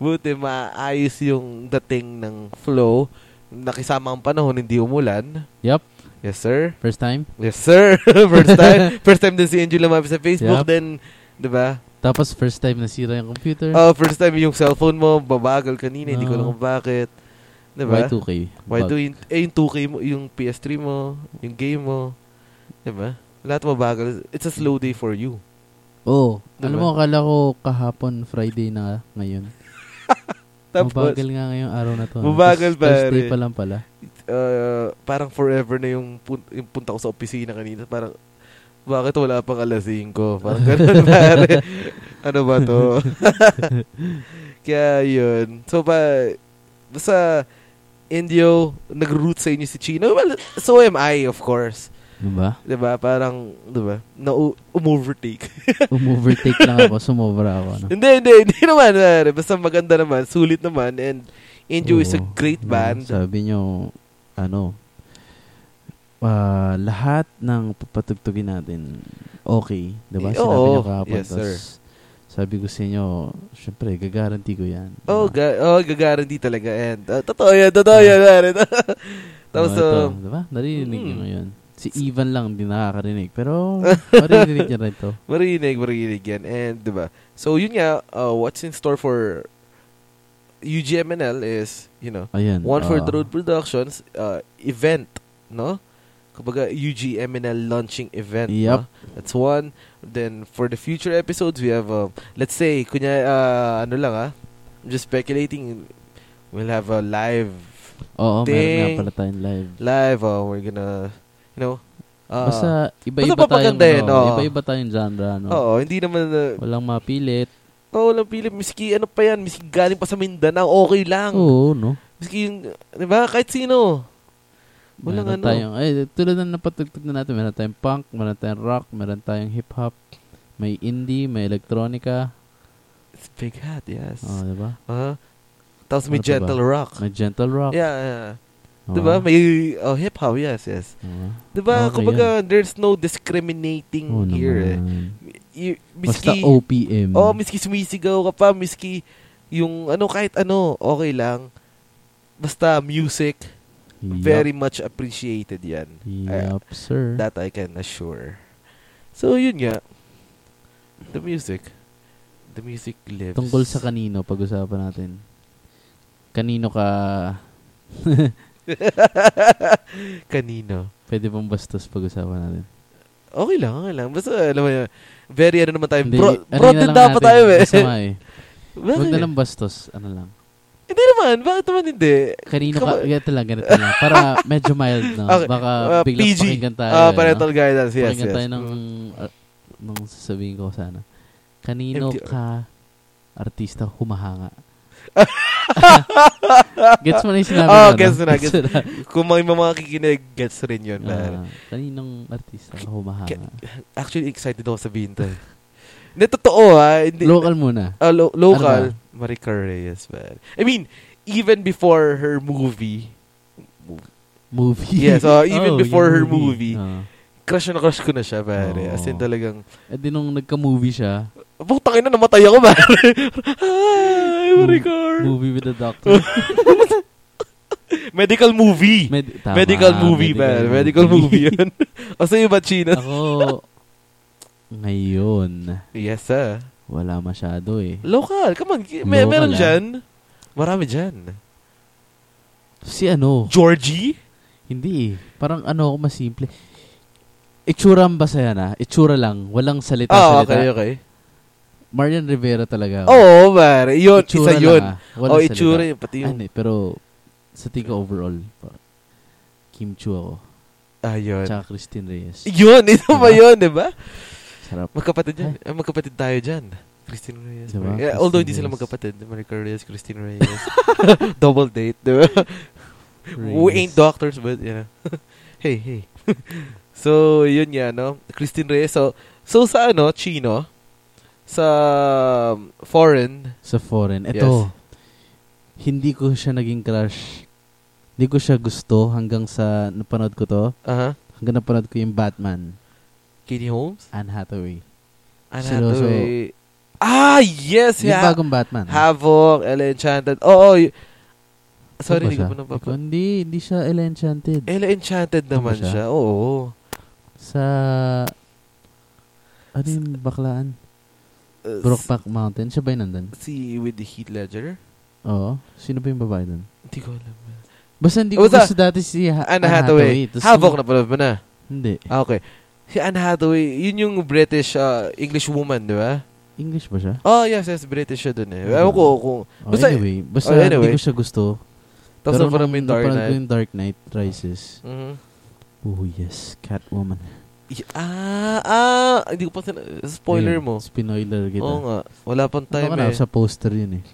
[SPEAKER 2] Buti maayos yung dating ng flow. Nakisama ang panahon, hindi umulan.
[SPEAKER 1] Yup.
[SPEAKER 2] Yes, sir.
[SPEAKER 1] First time.
[SPEAKER 2] Yes, sir. first time. first time din si Angel lumapit sa Facebook.
[SPEAKER 1] Yup.
[SPEAKER 2] Then, di ba?
[SPEAKER 1] Tapos first time nasira yung computer.
[SPEAKER 2] Oh, first time yung cellphone mo, babagal kanina. Hindi ko alam
[SPEAKER 1] Oo.
[SPEAKER 2] kung bakit. Di ba?
[SPEAKER 1] Y2K.
[SPEAKER 2] diba? Why
[SPEAKER 1] Bug.
[SPEAKER 2] do yung, eh, yung 2K mo, yung PS3 mo, yung game mo, di ba? Lahat mabagal. It's a slow day for you.
[SPEAKER 1] Oo. Oh,
[SPEAKER 2] Diba?
[SPEAKER 1] Alam mo, akala ko kahapon Friday na ngayon.
[SPEAKER 2] Tapos,
[SPEAKER 1] Mabagal nga ngayong araw na to. ah.
[SPEAKER 2] Mabagal,
[SPEAKER 1] Tapos Thursday
[SPEAKER 2] pare.
[SPEAKER 1] pa lang pala.
[SPEAKER 2] uh, parang forever na yung, pun- yung punta ko sa opisina kanina. Parang, bakit wala pang alas 5? Parang ganun, pare. ano ba to? Kaya yun. So, pa, sa Indio, nag-root sa inyo si Chino. Well, so am I, of course.
[SPEAKER 1] Diba?
[SPEAKER 2] 'Di ba Parang, 'di ba Na umovertake.
[SPEAKER 1] Umovertake lang ako. Sumobra ako. ano? No?
[SPEAKER 2] Hindi, hindi, hindi naman. pare. Basta maganda naman, sulit naman, and Indio is a
[SPEAKER 1] Oo.
[SPEAKER 2] great
[SPEAKER 1] Ano,
[SPEAKER 2] band.
[SPEAKER 1] Sabi nyo, ano, ah, lahat ng papatugtugin natin, okay. Diba?
[SPEAKER 2] Eh,
[SPEAKER 1] Sinabi
[SPEAKER 2] oo.
[SPEAKER 1] nyo kahapon.
[SPEAKER 2] Yes, sir.
[SPEAKER 1] tas Sabi ko sa inyo, syempre, gagaranti ko yan. Diba?
[SPEAKER 2] Oh, ga- oh, gagaranti talaga. And, ah, totoo yan, totoo yan. pare.
[SPEAKER 1] Oh,
[SPEAKER 2] Tapos,
[SPEAKER 1] ito,
[SPEAKER 2] um,
[SPEAKER 1] diba? Naririnig nyo
[SPEAKER 2] mm.
[SPEAKER 1] ngayon. Si Ivan lang hindi nakakarinig. Pero, maririnig niya rin to.
[SPEAKER 2] marinig, marinig yan. And, di ba? So, yun nga, uh, what's in store for UGMNL is, you know,
[SPEAKER 1] Ayan.
[SPEAKER 2] One for
[SPEAKER 1] oo.
[SPEAKER 2] the Road Productions uh, event, no? Kumbaga, UGMNL launching event.
[SPEAKER 1] Yup.
[SPEAKER 2] no? That's one. Then, for the future episodes, we have, um, let's say, kunya, uh, ano lang ah, I'm just speculating, we'll have a live,
[SPEAKER 1] Oo, meron nga
[SPEAKER 2] Ding.
[SPEAKER 1] pala tayong live.
[SPEAKER 2] live, uh, we're gonna, you know, Ah.
[SPEAKER 1] Basta iba-iba
[SPEAKER 2] Basta
[SPEAKER 1] tayong,
[SPEAKER 2] papaganda yun,
[SPEAKER 1] ano,
[SPEAKER 2] oo.
[SPEAKER 1] iba-iba tayong genre, ano.
[SPEAKER 2] Oo, hindi naman... Uh,
[SPEAKER 1] Walang mapilit.
[SPEAKER 2] Oo, lang Philip. Miski ano pa yan, miski galing pa sa Mindanao, okay lang.
[SPEAKER 1] Oo, no?
[SPEAKER 2] Miski yung, di ba, kahit sino. Walang
[SPEAKER 1] meron Tayong,
[SPEAKER 2] ano.
[SPEAKER 1] ay, tulad na napatugtog na natin, meron tayong punk, meron tayong rock, meron tayong hip-hop, may indie, may electronica.
[SPEAKER 2] It's big hat, yes.
[SPEAKER 1] Oh, di ba?
[SPEAKER 2] Aha. Tapos may
[SPEAKER 1] Ano pa ba?
[SPEAKER 2] gentle rock.
[SPEAKER 1] May gentle rock.
[SPEAKER 2] Yeah, yeah.
[SPEAKER 1] Oo.
[SPEAKER 2] Di ba? May Mm, oh, hip-hop, yes, yes.
[SPEAKER 1] Oo.
[SPEAKER 2] Di ba,
[SPEAKER 1] Okay,
[SPEAKER 2] kumbaga, there's no discriminating
[SPEAKER 1] Oo
[SPEAKER 2] here. Eh.
[SPEAKER 1] Oh, naman.
[SPEAKER 2] Y-
[SPEAKER 1] Basta
[SPEAKER 2] miski,
[SPEAKER 1] OPM.
[SPEAKER 2] oh, miski sumisigaw ka pa, miski yung ano, kahit ano, okay lang. Basta music,
[SPEAKER 1] Yup.
[SPEAKER 2] very much appreciated yan. Ah,
[SPEAKER 1] Yup, sir.
[SPEAKER 2] that I can assure. So, yun nga. The music. The music lives.
[SPEAKER 1] Tungkol sa kanino, pag-usapan natin. Kanino ka,
[SPEAKER 2] Kanino.
[SPEAKER 1] pwede bang bastos pag-usapan natin?
[SPEAKER 2] Okay lang, okay lang. Basta, alam mo yun, very ano naman tayo.
[SPEAKER 1] Hindi,
[SPEAKER 2] Bro,
[SPEAKER 1] ano
[SPEAKER 2] broad
[SPEAKER 1] na
[SPEAKER 2] din
[SPEAKER 1] lang
[SPEAKER 2] dapat
[SPEAKER 1] natin,
[SPEAKER 2] tayo eh.
[SPEAKER 1] Masama eh.
[SPEAKER 2] Bakit?
[SPEAKER 1] Huwag na lang bastos, ano lang.
[SPEAKER 2] Hindi naman, bakit naman hindi?
[SPEAKER 1] Kanino
[SPEAKER 2] Come
[SPEAKER 1] ka,
[SPEAKER 2] on.
[SPEAKER 1] ganito lang, ganito lang. Para medyo mild, no?
[SPEAKER 2] Okay,
[SPEAKER 1] Baka
[SPEAKER 2] Ah,
[SPEAKER 1] biglang
[SPEAKER 2] PG.
[SPEAKER 1] pakinggan tayo.
[SPEAKER 2] Ah,
[SPEAKER 1] eh,
[SPEAKER 2] parental
[SPEAKER 1] no?
[SPEAKER 2] guidance, yes,
[SPEAKER 1] pakinggan
[SPEAKER 2] yes.
[SPEAKER 1] tayo ng, ah, ng sasabihin ko sana. Kanino
[SPEAKER 2] MTR.
[SPEAKER 1] ka artista humahanga? gets mo na yung sinabi
[SPEAKER 2] Oh,
[SPEAKER 1] ko,
[SPEAKER 2] gets
[SPEAKER 1] no?
[SPEAKER 2] na, gets Kung may mga kikinig, gets rin yun. pare.
[SPEAKER 1] Ah, kaninong artista ka humahanga?
[SPEAKER 2] Actually, excited ako sabihin to. Hindi, totoo ha. Hindi,
[SPEAKER 1] Local muna.
[SPEAKER 2] Ah, lo- local.
[SPEAKER 1] Ano
[SPEAKER 2] Marica Reyes, man. I mean, even before her movie,
[SPEAKER 1] Movie.
[SPEAKER 2] Yes, oh, even before
[SPEAKER 1] yung
[SPEAKER 2] her movie.
[SPEAKER 1] Ah.
[SPEAKER 2] crush na crush ko na siya,
[SPEAKER 1] Oo.
[SPEAKER 2] pare. As in talagang,
[SPEAKER 1] Eh, di nung nagka-movie siya,
[SPEAKER 2] putang ina, namatay ako, pare. Hi, Marica.
[SPEAKER 1] movie with the doctor.
[SPEAKER 2] Medical movie.
[SPEAKER 1] Med- tama,
[SPEAKER 2] medical movie, man. Medical movie yun. o sa iba, Chino.
[SPEAKER 1] Ako, ngayon,
[SPEAKER 2] Yes, ah.
[SPEAKER 1] wala masyado eh.
[SPEAKER 2] Local. Come on. May,
[SPEAKER 1] Local,
[SPEAKER 2] meron
[SPEAKER 1] ah.
[SPEAKER 2] dyan. Marami dyan.
[SPEAKER 1] Si ano,
[SPEAKER 2] Georgie?
[SPEAKER 1] hindi eh. Parang ano ako mas simple. Itsura ang basaya na. Itsura lang. Walang salita-salita.
[SPEAKER 2] Ah, okay, okay.
[SPEAKER 1] Marian Rivera talaga.
[SPEAKER 2] Oo, oh, pare. Yun, isa
[SPEAKER 1] Itsura lang,
[SPEAKER 2] yun.
[SPEAKER 1] ah. Walang
[SPEAKER 2] O, itsura
[SPEAKER 1] salita.
[SPEAKER 2] yun. Pati yung...
[SPEAKER 1] Ano, eh, pero sa tingin ko overall, parang Kim Chu ako.
[SPEAKER 2] Ah, yun.
[SPEAKER 1] Tsaka Christine Reyes.
[SPEAKER 2] Yun, isa
[SPEAKER 1] Diba?
[SPEAKER 2] ba yun, di ba?
[SPEAKER 1] Sarap.
[SPEAKER 2] Magkapatid yan. Eh, magkapatid tayo dyan. Christine Reyes.
[SPEAKER 1] Diba?
[SPEAKER 2] Marie- eh, although hindi
[SPEAKER 1] Christine
[SPEAKER 2] sila
[SPEAKER 1] Reyes.
[SPEAKER 2] magkapatid. Maricar Reyes, Christine Reyes. Double date, diba? di ba? We
[SPEAKER 1] Reyes.
[SPEAKER 2] ain't doctors, but, you know. hey, hey. so, yun nga, no? Christine Reyes. So, so sa ano, Chino, sa um, foreign,
[SPEAKER 1] Sa foreign.
[SPEAKER 2] Yes.
[SPEAKER 1] Ito, hindi ko siya naging crush. Hindi ko siya gusto hanggang sa napanood ko to.
[SPEAKER 2] aha,
[SPEAKER 1] Hanggang napanood ko yung Batman.
[SPEAKER 2] uh-huh. Katie Holmes?
[SPEAKER 1] Anne Hathaway.
[SPEAKER 2] Anne
[SPEAKER 1] Seryoso.
[SPEAKER 2] Hathaway. Ah, yes!
[SPEAKER 1] Yung
[SPEAKER 2] Yeah.
[SPEAKER 1] bagong Batman.
[SPEAKER 2] Havoc, Ella Enchanted. Oo, oh,
[SPEAKER 1] Ano ba
[SPEAKER 2] sorry, hindi ko
[SPEAKER 1] siya?
[SPEAKER 2] pa Eh- napapa.
[SPEAKER 1] Ikaw, hindi, hindi siya Ella Enchanted.
[SPEAKER 2] Ella Enchanted
[SPEAKER 1] Ano ba
[SPEAKER 2] naman
[SPEAKER 1] siya?
[SPEAKER 2] siya. Oo.
[SPEAKER 1] Sa, ano yung baklaan?
[SPEAKER 2] Uh,
[SPEAKER 1] Brokeback Mountain. Siya ba yung nandun?
[SPEAKER 2] Si with the Heath Ledger?
[SPEAKER 1] Oo. Sino ba yung babae dun?
[SPEAKER 2] Hindi ko alam.
[SPEAKER 1] Basta hindi ko
[SPEAKER 2] Basta,
[SPEAKER 1] gusto dati si ha-
[SPEAKER 2] Anne Hathaway.
[SPEAKER 1] Tapos
[SPEAKER 2] Havoc
[SPEAKER 1] nung-
[SPEAKER 2] na pala ba na?
[SPEAKER 1] Hindi.
[SPEAKER 2] Ah, okay. Si Anne Hathaway, yun yung British ah, English woman, di ba?
[SPEAKER 1] English ba siya?
[SPEAKER 2] Oh, yes, yes. British siya dun eh.
[SPEAKER 1] Ah.
[SPEAKER 2] Ewan ko kung...
[SPEAKER 1] Oh,
[SPEAKER 2] Basta-
[SPEAKER 1] anyway. Basta
[SPEAKER 2] oh, anyway.
[SPEAKER 1] hindi ko siya gusto.
[SPEAKER 2] Tapos
[SPEAKER 1] Pero
[SPEAKER 2] na parang may
[SPEAKER 1] nung
[SPEAKER 2] Dark
[SPEAKER 1] napanood ko
[SPEAKER 2] Knight.
[SPEAKER 1] yung Dark Knight Rises.
[SPEAKER 2] Mhm.
[SPEAKER 1] Oh yes, Catwoman.
[SPEAKER 2] Y- Ah, ah, hindi ko pa sina- Spoiler
[SPEAKER 1] Ayun,
[SPEAKER 2] mo.
[SPEAKER 1] Spinoiler kita.
[SPEAKER 2] Oo nga. Wala pang
[SPEAKER 1] Ano
[SPEAKER 2] time
[SPEAKER 1] ka na,
[SPEAKER 2] eh.
[SPEAKER 1] sa poster yun eh.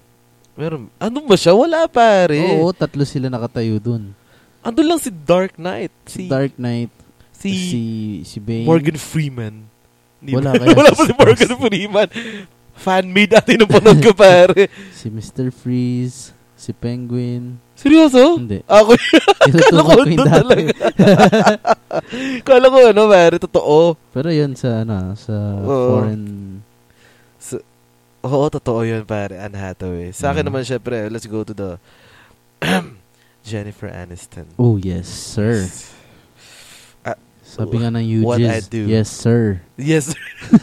[SPEAKER 2] Meron. Ano ba siya? Wala pare.
[SPEAKER 1] Oo, tatlo sila nakatayo dun.
[SPEAKER 2] Andun lang si Dark Knight.
[SPEAKER 1] Si
[SPEAKER 2] Si,
[SPEAKER 1] Dark Knight, si, si,
[SPEAKER 2] si,
[SPEAKER 1] Bane.
[SPEAKER 2] Morgan Freeman. Di
[SPEAKER 1] Wala
[SPEAKER 2] ba?
[SPEAKER 1] kaya.
[SPEAKER 2] Wala pa si Morgan Freeman. Fan-made natin ng panood ko, pare.
[SPEAKER 1] Si Mr. Freeze, si Penguin.
[SPEAKER 2] Seryoso? Ah,
[SPEAKER 1] Hindi.
[SPEAKER 2] Ako,
[SPEAKER 1] Tinutukan ko
[SPEAKER 2] doon
[SPEAKER 1] yung dati.
[SPEAKER 2] Oh. talaga. kala ko, ano, pare, totoo.
[SPEAKER 1] Pero yun sa, ano, sa
[SPEAKER 2] Oo.
[SPEAKER 1] foreign...
[SPEAKER 2] Oo, totoo yun, pare. Anne Hathaway. Sa akin
[SPEAKER 1] Mm.
[SPEAKER 2] naman, syempre, let's go to the Jennifer Aniston.
[SPEAKER 1] Oh, yes, sir. Sabi nga ng
[SPEAKER 2] What I
[SPEAKER 1] UGs,
[SPEAKER 2] do.
[SPEAKER 1] yes, sir.
[SPEAKER 2] Yes.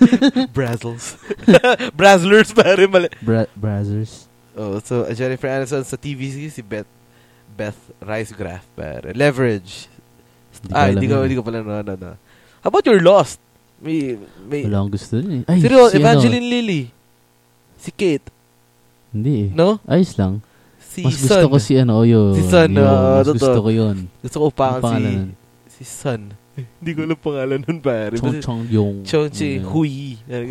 [SPEAKER 2] Brazzles. Brazzlers, pare. Mali.
[SPEAKER 1] Bra- Brazzers.
[SPEAKER 2] Oh, so uh, Jennifer Aniston sa TVC si Beth Beth Ricegraf pare. Leverage.
[SPEAKER 1] Hindi
[SPEAKER 2] ah, hindi
[SPEAKER 1] alam
[SPEAKER 2] ko
[SPEAKER 1] yun.
[SPEAKER 2] hindi ko pala no, no, no. How about your Lost? May may
[SPEAKER 1] Wala akong gusto dun eh. Ay,
[SPEAKER 2] Seryo,
[SPEAKER 1] si ano,
[SPEAKER 2] Evangeline Lilly. Si Kate,
[SPEAKER 1] Hindi eh.
[SPEAKER 2] no?
[SPEAKER 1] Ayos lang.
[SPEAKER 2] Si
[SPEAKER 1] Mas
[SPEAKER 2] Sun.
[SPEAKER 1] gusto ko si ano, oh, yun.
[SPEAKER 2] Si Sun,
[SPEAKER 1] yun.
[SPEAKER 2] oo,
[SPEAKER 1] Mas gusto
[SPEAKER 2] totoo.
[SPEAKER 1] ko yun.
[SPEAKER 2] Gusto ko
[SPEAKER 1] Ang
[SPEAKER 2] upakan si
[SPEAKER 1] pangalan nun?
[SPEAKER 2] si Sun. Hindi ko alam pangalan nun, pare.
[SPEAKER 1] Chong Chong Yong.
[SPEAKER 2] Chonchi
[SPEAKER 1] Ano yun?
[SPEAKER 2] Hui.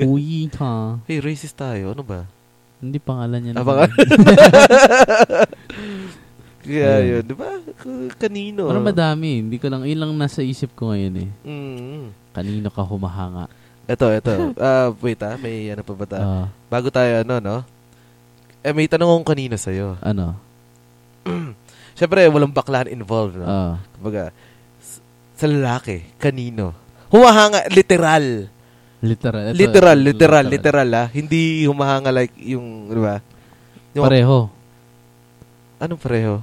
[SPEAKER 1] Hui ka.
[SPEAKER 2] Hey, racist tayo. Ano ba?
[SPEAKER 1] Hindi pangalan niya.
[SPEAKER 2] Ah,
[SPEAKER 1] naman.
[SPEAKER 2] pangalan. Kaya
[SPEAKER 1] Ayun.
[SPEAKER 2] yun, di ba? K- Kanino?
[SPEAKER 1] Parang madami. Hindi ko lang, yun lang nasa isip ko ngayon eh.
[SPEAKER 2] Mm.
[SPEAKER 1] Kanino ka humahanga?
[SPEAKER 2] Ito, ito. Ah, wait ah, may ano pa ba ta?
[SPEAKER 1] Ah,
[SPEAKER 2] Bago tayo ano, no? Eh, may tanong akong kanina sa'yo.
[SPEAKER 1] ano?
[SPEAKER 2] Siyempre, walang baklaan involved, no?
[SPEAKER 1] Ah,
[SPEAKER 2] Kumbaga, s- sa lalaki, kanino? Humahanga, literal.
[SPEAKER 4] Literal. Ito,
[SPEAKER 2] literal, literal, literal, ah. Hindi humahanga like yung, di ba? Yung-
[SPEAKER 4] Pareho.
[SPEAKER 2] Anong pareho?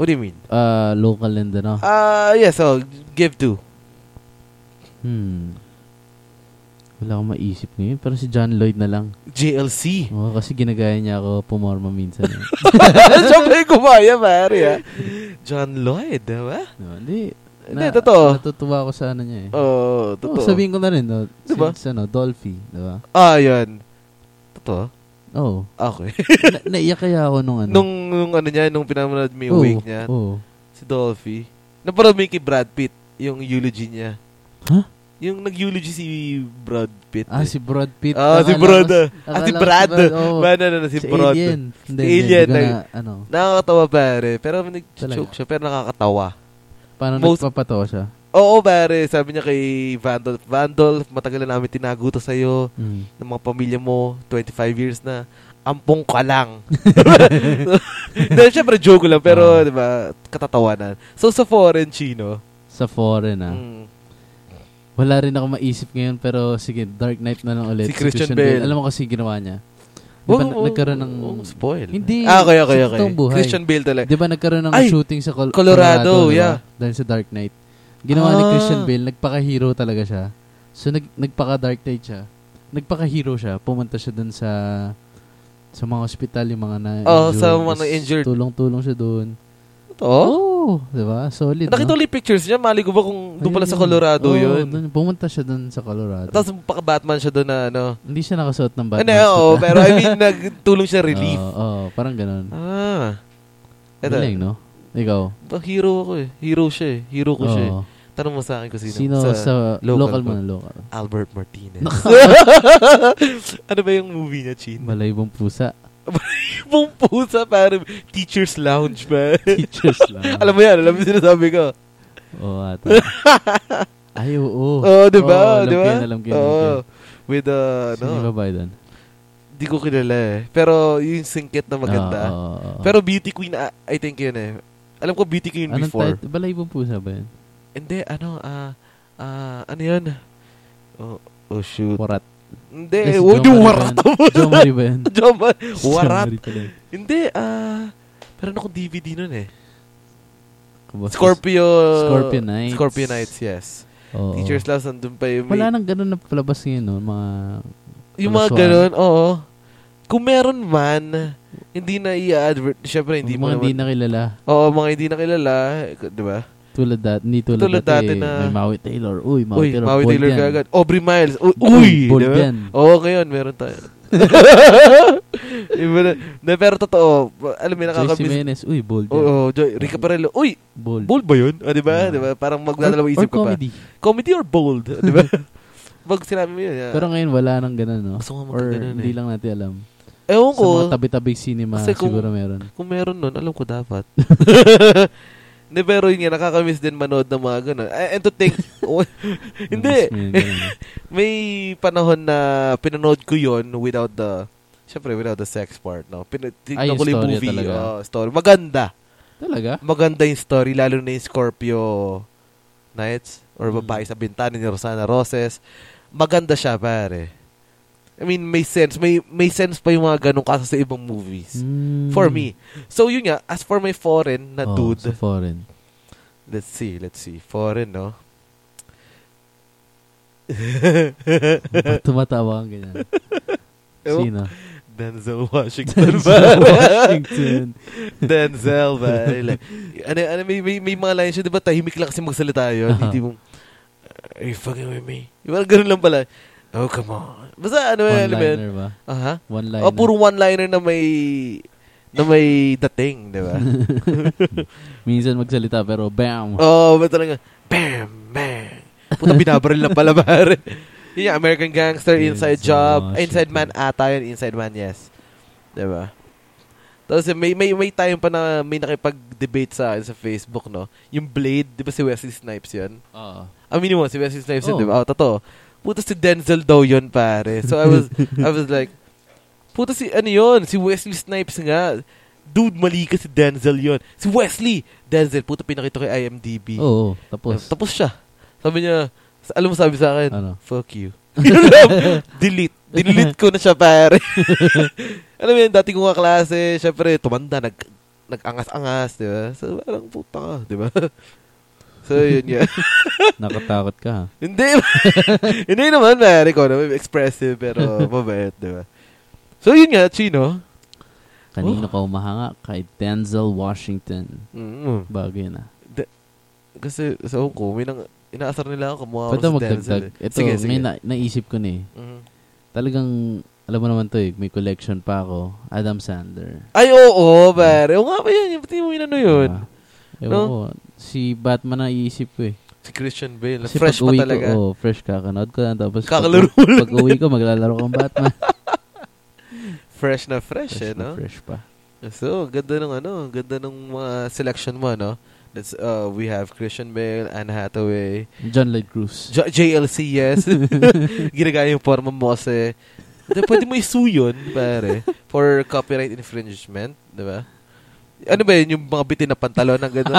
[SPEAKER 2] What do you mean?
[SPEAKER 1] ah, local and ano?
[SPEAKER 2] Ah, yes, so, give two.
[SPEAKER 1] Hmm. Wala akong maisip ngayon. Pero si John Lloyd na lang.
[SPEAKER 2] JLC.
[SPEAKER 1] Oo, kasi ginagaya niya ako pumorma minsan. eh.
[SPEAKER 2] Siyempre, kumaya, pare, ah. John Lloyd, di ba?
[SPEAKER 1] no, hindi.
[SPEAKER 2] Hindi, totoo.
[SPEAKER 1] Natutuwa ako sa ano niya eh.
[SPEAKER 2] Oo, oh,
[SPEAKER 1] Oo,
[SPEAKER 2] totoo.
[SPEAKER 1] sabihin ko na rin, no,
[SPEAKER 2] Diba?
[SPEAKER 1] since ano, Dolphy, diba?
[SPEAKER 2] Ah, yun. Totoo? Ah,
[SPEAKER 1] Oo.
[SPEAKER 2] Okay.
[SPEAKER 1] Na- naiyak kaya ako nung ano.
[SPEAKER 2] nung, nung ano niya, nung pinamanood mo
[SPEAKER 4] Oh.
[SPEAKER 2] yung
[SPEAKER 1] Oo,
[SPEAKER 2] wake niya,
[SPEAKER 1] Oo.
[SPEAKER 2] si Dolphy, naparod mo yung kay Brad Pitt, yung eulogy niya.
[SPEAKER 1] Ha?
[SPEAKER 2] Yung nag-eulogy si Brad Pitt.
[SPEAKER 1] Ah,
[SPEAKER 2] eh.
[SPEAKER 1] si Brad Pitt.
[SPEAKER 2] Ah,
[SPEAKER 1] Akala
[SPEAKER 2] si
[SPEAKER 1] ko-
[SPEAKER 2] Brad. ah.
[SPEAKER 1] akala
[SPEAKER 2] Ah, si
[SPEAKER 1] ko
[SPEAKER 2] Brad.
[SPEAKER 1] oo.
[SPEAKER 2] Ba, na, na, na, si
[SPEAKER 1] Sa
[SPEAKER 2] Brad.
[SPEAKER 1] Alien. Hindi,
[SPEAKER 2] Sa
[SPEAKER 1] hindi, hindi
[SPEAKER 2] Alien, eh.
[SPEAKER 1] ko
[SPEAKER 2] nag-
[SPEAKER 1] na, ano,
[SPEAKER 2] Nakakatawa pare, pero nag-choke
[SPEAKER 1] Talaga.
[SPEAKER 2] siya, pero nakakatawa.
[SPEAKER 1] paano
[SPEAKER 2] Most-
[SPEAKER 1] nagpapatawa siya?
[SPEAKER 2] Oo pare, sabi niya kay Vandolph, Vandolph, matagal na namin tinago to sa'yo.
[SPEAKER 1] Mm.
[SPEAKER 2] ng mga pamilya mo, 25 years na, ampong ka lang. Dahil syempre joke lang, pero
[SPEAKER 1] Ah.
[SPEAKER 2] di ba, katatawanan. So sa foreign chino,
[SPEAKER 1] Sa foreign, ah.
[SPEAKER 2] mm,
[SPEAKER 1] Wala rin ako maisip ngayon, pero sige, Dark Knight na lang ulit.
[SPEAKER 2] Si Christian Bale.
[SPEAKER 1] Alam mo kasi ginawa niya. Di ba
[SPEAKER 2] wag-
[SPEAKER 1] na-
[SPEAKER 2] wag-
[SPEAKER 1] nagkaroon ng...
[SPEAKER 2] wag- spoil.
[SPEAKER 1] Hindi,
[SPEAKER 2] Ah, okay, okay,
[SPEAKER 1] sa
[SPEAKER 2] okay.
[SPEAKER 1] totoong buhay.
[SPEAKER 2] Christian Bale talaga.
[SPEAKER 1] Di ba nagkaroon ng
[SPEAKER 2] Eh, Ay!
[SPEAKER 1] shooting sa Col-
[SPEAKER 2] Colorado,
[SPEAKER 1] Colorado, di ba?
[SPEAKER 2] yeah.
[SPEAKER 1] Dahil sa Dark Knight. Ginawa ni
[SPEAKER 2] Ah.
[SPEAKER 1] Christian Bale, nagpaka-hero talaga siya. So, nag, nagpaka-Dark Knight siya. Nagpaka-hero siya. Pumunta siya dun sa sa mga ospital, yung mga na
[SPEAKER 2] Oh, sa mga na-injured.
[SPEAKER 1] Tulong-tulong siya dun.
[SPEAKER 2] Ito?
[SPEAKER 1] Oh, di ba? Solid,
[SPEAKER 2] Nakita
[SPEAKER 1] no?
[SPEAKER 2] ulit pictures niya, mali ko ba kung doon pala
[SPEAKER 1] Ayun
[SPEAKER 2] sa
[SPEAKER 1] yun.
[SPEAKER 2] Colorado
[SPEAKER 1] Oo,
[SPEAKER 2] yun?
[SPEAKER 1] dun. pumunta siya dun sa Colorado.
[SPEAKER 2] Tapos paka-Batman siya doon na ano.
[SPEAKER 1] Hindi siya nakasuot ng
[SPEAKER 2] Ano,
[SPEAKER 1] Batman.
[SPEAKER 2] oo, pero I mean, nagtulong siya relief.
[SPEAKER 1] Oo, oo, parang ganun.
[SPEAKER 2] Ah. Ito,
[SPEAKER 1] Galing, no? Ikaw.
[SPEAKER 2] ba- hero ako eh. Hero siya eh. Hero ko siya eh.
[SPEAKER 1] Oo.
[SPEAKER 2] Tanong mo sa akin kung sino.
[SPEAKER 1] Sino sa,
[SPEAKER 2] local
[SPEAKER 1] local,
[SPEAKER 2] ba?
[SPEAKER 1] mo na local?
[SPEAKER 2] Albert Martinez. ano ba yung movie niya, Chin?
[SPEAKER 1] Malaybong pusa.
[SPEAKER 2] Ibang pusa, parang teacher's lounge ba?
[SPEAKER 1] Teachers lang.
[SPEAKER 2] alam mo yan, alam mo yung sinasabi ko.
[SPEAKER 1] Oo, ata. Ay, oo.
[SPEAKER 2] Oo, Oh, di ba?
[SPEAKER 1] Oo, Oh. alam
[SPEAKER 2] di
[SPEAKER 1] ko
[SPEAKER 2] ba?
[SPEAKER 1] yun, alam ko yun, alam ko
[SPEAKER 2] Oo.
[SPEAKER 1] yun.
[SPEAKER 2] With, uh,
[SPEAKER 1] Sino yung
[SPEAKER 2] ano,
[SPEAKER 1] babae doon?
[SPEAKER 2] di ko kilala eh. Pero yung singkit na maganda.
[SPEAKER 1] Oo, oo, oo.
[SPEAKER 2] Pero Beauty Queen, ah, I think yun eh. Alam ko Beauty Queen
[SPEAKER 1] Anong
[SPEAKER 2] before.
[SPEAKER 1] title? Balaybong pusa ba yun?
[SPEAKER 2] Hindi, ano, ah, ah, ano yun? Oh, oh shoot.
[SPEAKER 1] Warat.
[SPEAKER 2] Hindi,
[SPEAKER 1] Kasi
[SPEAKER 2] oh,
[SPEAKER 1] John
[SPEAKER 2] di
[SPEAKER 1] Marie
[SPEAKER 2] warat.
[SPEAKER 1] ba yun? John Marie ba yun?
[SPEAKER 2] John Marie.
[SPEAKER 1] John
[SPEAKER 2] Warat.
[SPEAKER 1] Marie pala yun.
[SPEAKER 2] Hindi, ah, meron akong DVD nun eh.
[SPEAKER 1] Kumbaga,
[SPEAKER 2] Scorpio
[SPEAKER 1] Scorpionites.
[SPEAKER 2] Scorpionites, yes.
[SPEAKER 1] oo.
[SPEAKER 2] Teacher's Loves nandun pa yung
[SPEAKER 1] Wala nang ganun na palabas ngayon, no? Mga...
[SPEAKER 2] yung mga
[SPEAKER 1] kalaswaan.
[SPEAKER 2] ganun, oo. Kung meron man, hindi na i-advert. Siyempre, hindi mo
[SPEAKER 1] mga hindi
[SPEAKER 2] naman.
[SPEAKER 1] nakilala.
[SPEAKER 2] oo, mga hindi nakilala. eh, Di ba?
[SPEAKER 1] Tulad dati, hindi tulad,
[SPEAKER 2] Tulad
[SPEAKER 1] dati,
[SPEAKER 2] dati na-
[SPEAKER 1] may Maui Taylor. Uy, Maui
[SPEAKER 2] Uy,
[SPEAKER 1] Taylor.
[SPEAKER 2] Maui
[SPEAKER 1] bold
[SPEAKER 2] Taylor
[SPEAKER 1] yan.
[SPEAKER 2] kagad. Aubrey Miles. U-
[SPEAKER 1] Uy,
[SPEAKER 2] Uy!
[SPEAKER 1] bold
[SPEAKER 2] di ba?
[SPEAKER 1] yan.
[SPEAKER 2] Oo, ngayon, meron tayo. Iba na, na, pero totoo, alam mo,
[SPEAKER 1] Joyce
[SPEAKER 2] nakakamiss.
[SPEAKER 1] Jimenez. Uy, bold yan.
[SPEAKER 2] Oo, Joy, Rica Parello. Uy,
[SPEAKER 1] Bold.
[SPEAKER 2] bold ba yun? O, di ba?
[SPEAKER 1] Ah.
[SPEAKER 2] Di ba? Parang
[SPEAKER 1] Or,
[SPEAKER 2] magdadalawang
[SPEAKER 1] or
[SPEAKER 2] isip ka pa.
[SPEAKER 1] comedy.
[SPEAKER 2] Comedy or bold? Di ba? Pag sinabi mo yun. ah.
[SPEAKER 1] Pero ngayon, wala nang ganun, no?
[SPEAKER 2] Gusto ko nga
[SPEAKER 1] Or
[SPEAKER 2] magkaganon
[SPEAKER 1] hindi
[SPEAKER 2] eh.
[SPEAKER 1] lang natin alam.
[SPEAKER 2] Ewan ko,
[SPEAKER 1] Sa mga tabi-tabi cinema,
[SPEAKER 2] Kasi kung-
[SPEAKER 1] siguro meron.
[SPEAKER 2] kung meron nun, alam ko dapat. Hindi, pero yun nga, nakakamiss din manood ng mga ganun. Eh, And to think, oh, hindi,
[SPEAKER 1] Mas may ganun.
[SPEAKER 2] may panahon na pinanood ko yon without the, syempre without the sex part, no?
[SPEAKER 1] Ay,
[SPEAKER 2] Pinatignan
[SPEAKER 1] yung
[SPEAKER 2] ko lang yung
[SPEAKER 1] storya
[SPEAKER 2] movie.
[SPEAKER 1] talaga.
[SPEAKER 2] oh, story. Maganda.
[SPEAKER 1] Talaga?
[SPEAKER 2] Maganda yung story, lalo na yung Scorpio Knights or
[SPEAKER 1] Mm.
[SPEAKER 2] babae sa bintana ni Rosana Roses. Maganda siya, pare. I mean, may sense. May, may sense pa yung mga ganun kaso sa ibang movies.
[SPEAKER 1] Mm.
[SPEAKER 2] For me. So yun nga, as for my foreign na
[SPEAKER 1] Oo,
[SPEAKER 2] dude,
[SPEAKER 1] Oh, Sa foreign.
[SPEAKER 2] let's see, let's see. Foreign, no?
[SPEAKER 1] Ba't tumatawa kang ganyan?
[SPEAKER 2] Ewan-
[SPEAKER 1] Sino?
[SPEAKER 2] Denzel Washington.
[SPEAKER 1] Denzel
[SPEAKER 2] ba?
[SPEAKER 1] Washington.
[SPEAKER 2] Denzel ba? Like, ano, ano, may, may, may mga lines yun, di ba? Tahimik lang kasi magsalita
[SPEAKER 1] Aha.
[SPEAKER 2] yun. Hindi mong, are you fucking with me? Yung Parang ganun lang pala. Oh, come on. Basta ano yun, alam mo yun.
[SPEAKER 1] One-liner ba?
[SPEAKER 2] Aha.
[SPEAKER 1] One-liner.
[SPEAKER 2] O, Ah, puro one-liner na may na may dating, di ba?
[SPEAKER 1] Minsan magsalita pero bam.
[SPEAKER 2] Oo, oh, ba oh, talaga, bam, bang. Puta, binabaril lang pala pare. Yun yung American Gangster,
[SPEAKER 5] Inside
[SPEAKER 2] Inside Job,
[SPEAKER 5] Washington.
[SPEAKER 2] Inside Man ata yun, Inside Man, yes. Diba? Tapos yun, may, may, may time pa na may nakipag-debate sa akin sa Facebook, no? Yung Blade, di ba si Wesley Snipes yun?
[SPEAKER 1] Oo.
[SPEAKER 2] Aminin mo, si Wesley Snipes yun,
[SPEAKER 1] Oo.
[SPEAKER 2] di ba? Oh, totoo. Puta si Denzel daw yun, pare. So I was, I was like, puta si, ano yun? Si Wesley Snipes nga. Dude, mali ka si Denzel yun. Si Wesley! Denzel, puta pinakita ko kay IMDb.
[SPEAKER 1] Oo, oo, tapos.
[SPEAKER 2] Tapos siya. Sabi niya, sa- alam mo sabi sa akin,
[SPEAKER 1] Ano?
[SPEAKER 2] fuck you. Yun lang. delete. Delete ko na siya, pare. alam mo yun, dati kong kaklase, syempre, tumanda, nag, nag-angas-angas, di ba? So, parang puta ka, di ba? So, yun nga.
[SPEAKER 1] Nakatakot ka ha.
[SPEAKER 2] Hindi. Hindi naman, pare ko. Naman, expressive, pero mabait, di ba? So, yun nga, Chino.
[SPEAKER 1] Kanino ka umahanga? Kay Denzel Washington.
[SPEAKER 2] Mm,
[SPEAKER 1] Bagay na.
[SPEAKER 2] kasi, sa Hong Kong, may nang, inaasar nila ako, kumukha
[SPEAKER 1] Pwede
[SPEAKER 2] ako si Denzel.
[SPEAKER 1] magdagdag.
[SPEAKER 2] eh.
[SPEAKER 1] Ito, may na- naisip ko na eh.
[SPEAKER 2] Mhm.
[SPEAKER 1] Talagang, alam mo naman to eh, may collection pa ako. Adam Sandler.
[SPEAKER 2] Ay, oo, pare. Oo nga ba yun? Pati mo yun, ano yun?
[SPEAKER 1] Ah, ewan
[SPEAKER 2] No?
[SPEAKER 1] ko. Si Batman na iisip ko eh.
[SPEAKER 2] Si Christian Bale.
[SPEAKER 1] Kasi
[SPEAKER 2] fresh pa
[SPEAKER 1] pag-uwi
[SPEAKER 2] talaga.
[SPEAKER 1] Ko, oh, fresh kakanood ko. lang. Tapos
[SPEAKER 2] Kakalaro mo lang.
[SPEAKER 1] pag, uwi ko, maglalaro kang Batman.
[SPEAKER 2] Fresh na fresh,
[SPEAKER 1] fresh,
[SPEAKER 2] eh,
[SPEAKER 1] na
[SPEAKER 2] no?
[SPEAKER 1] fresh pa.
[SPEAKER 2] So, ganda ng ano, ganda ng mga selection mo, no? That's, uh, we have Christian Bale, Anne Hathaway,
[SPEAKER 1] John Lloyd Cruz.
[SPEAKER 2] J- JLC, yes. Ginagaya yung forma mo kasi. eh. Hindi, pwede mo isu yun, pare. For copyright infringement, di ba? Ano ba yun? Yung mga bitin na pantalon ng gano'n.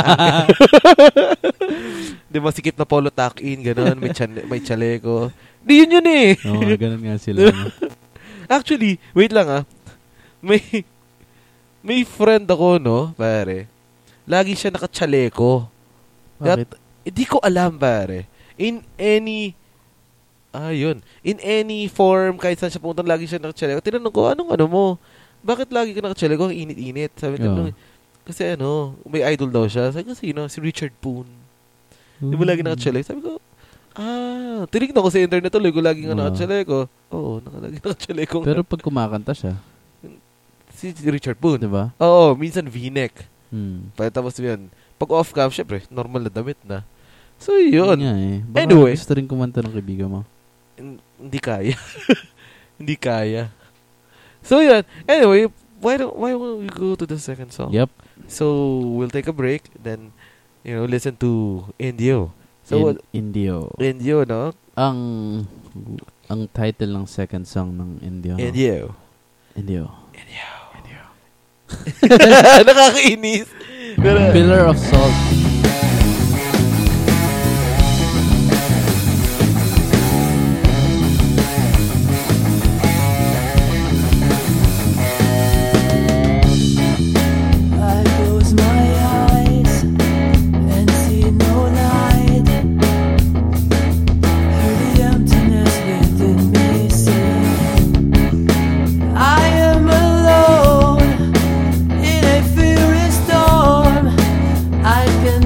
[SPEAKER 2] Di ba, sikip na polo tuck-in, gano'n. May, chan- may chaleco. Di yun yun eh.
[SPEAKER 1] Oo, oh, ganun nga sila. no?
[SPEAKER 2] Actually, wait lang ah. May may friend ako no, pare. Lagi siya nakachaleco.
[SPEAKER 1] Bakit?
[SPEAKER 2] Hindi ko alam, pare. In any Ah, yun. In any form, kahit saan siya pumunta, lagi siya nakachaleco. Tinanong ko, anong ano mo? Bakit lagi ka nakachaleco? Ang init-init. Sabi niya,
[SPEAKER 1] Oo.
[SPEAKER 2] kasi ano, may idol daw siya. Sabi ko, sino? Si Richard Poon. Di ba
[SPEAKER 1] Mm.
[SPEAKER 2] lagi nakachaleco? Sabi ko, ah, tinignan ko sa internet tuloy ko lagi nga
[SPEAKER 1] Oo.
[SPEAKER 2] nakachaleco. Oo, nakalagi nakachaleco.
[SPEAKER 1] Pero pag kumakanta siya,
[SPEAKER 2] Si Richard Boone.
[SPEAKER 1] di ba?
[SPEAKER 2] Oo, minsan V-neck.
[SPEAKER 1] Hmm.
[SPEAKER 2] Pa- Tapos yun, pag off-cam, syempre, normal na damit na. So,
[SPEAKER 1] Yun
[SPEAKER 2] yun.
[SPEAKER 1] nga eh. Baka
[SPEAKER 2] Anyway.
[SPEAKER 1] gusto rin kumanta ng kaibigan mo.
[SPEAKER 2] Hin- Hindi kaya. Hindi kaya. So, yun. Anyway, why don't, why don't we go to the second song?
[SPEAKER 1] Yep.
[SPEAKER 2] So, we'll take a break, then, you know, listen to Indio.
[SPEAKER 1] So,
[SPEAKER 2] So, what-
[SPEAKER 1] Indio.
[SPEAKER 2] Indio, no?
[SPEAKER 1] Ang ang title ng second song ng Indio. no?
[SPEAKER 2] Indio.
[SPEAKER 1] Indio.
[SPEAKER 2] Nakakainis. Pero,
[SPEAKER 1] Pillar of Salt.
[SPEAKER 3] I close my eyes and see no light. Hear the emptiness within me sing. I am alone in a furious storm. I can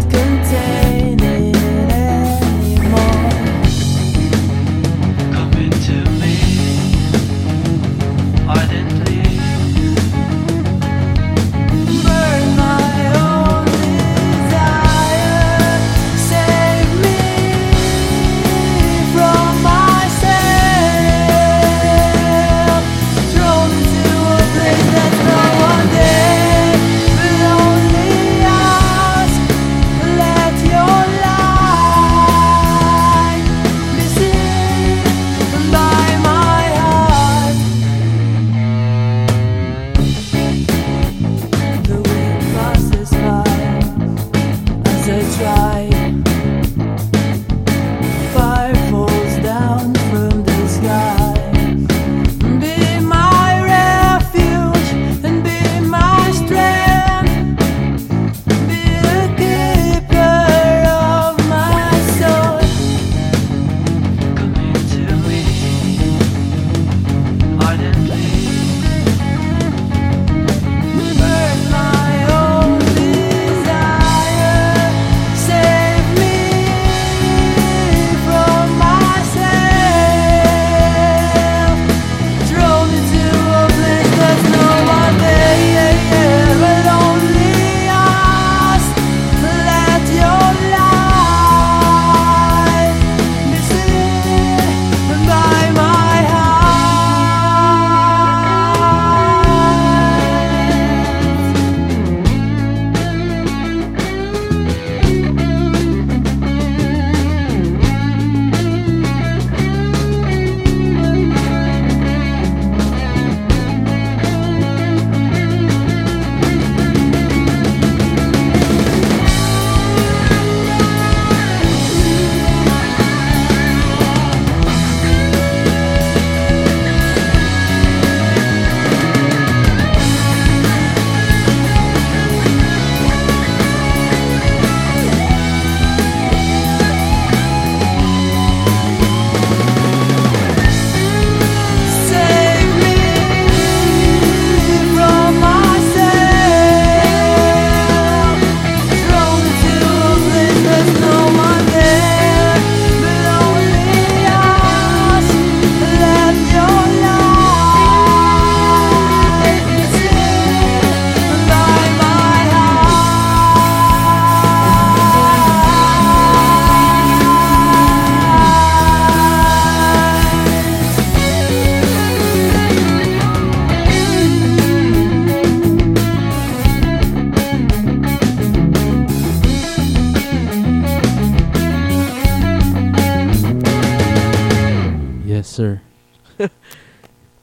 [SPEAKER 1] sir.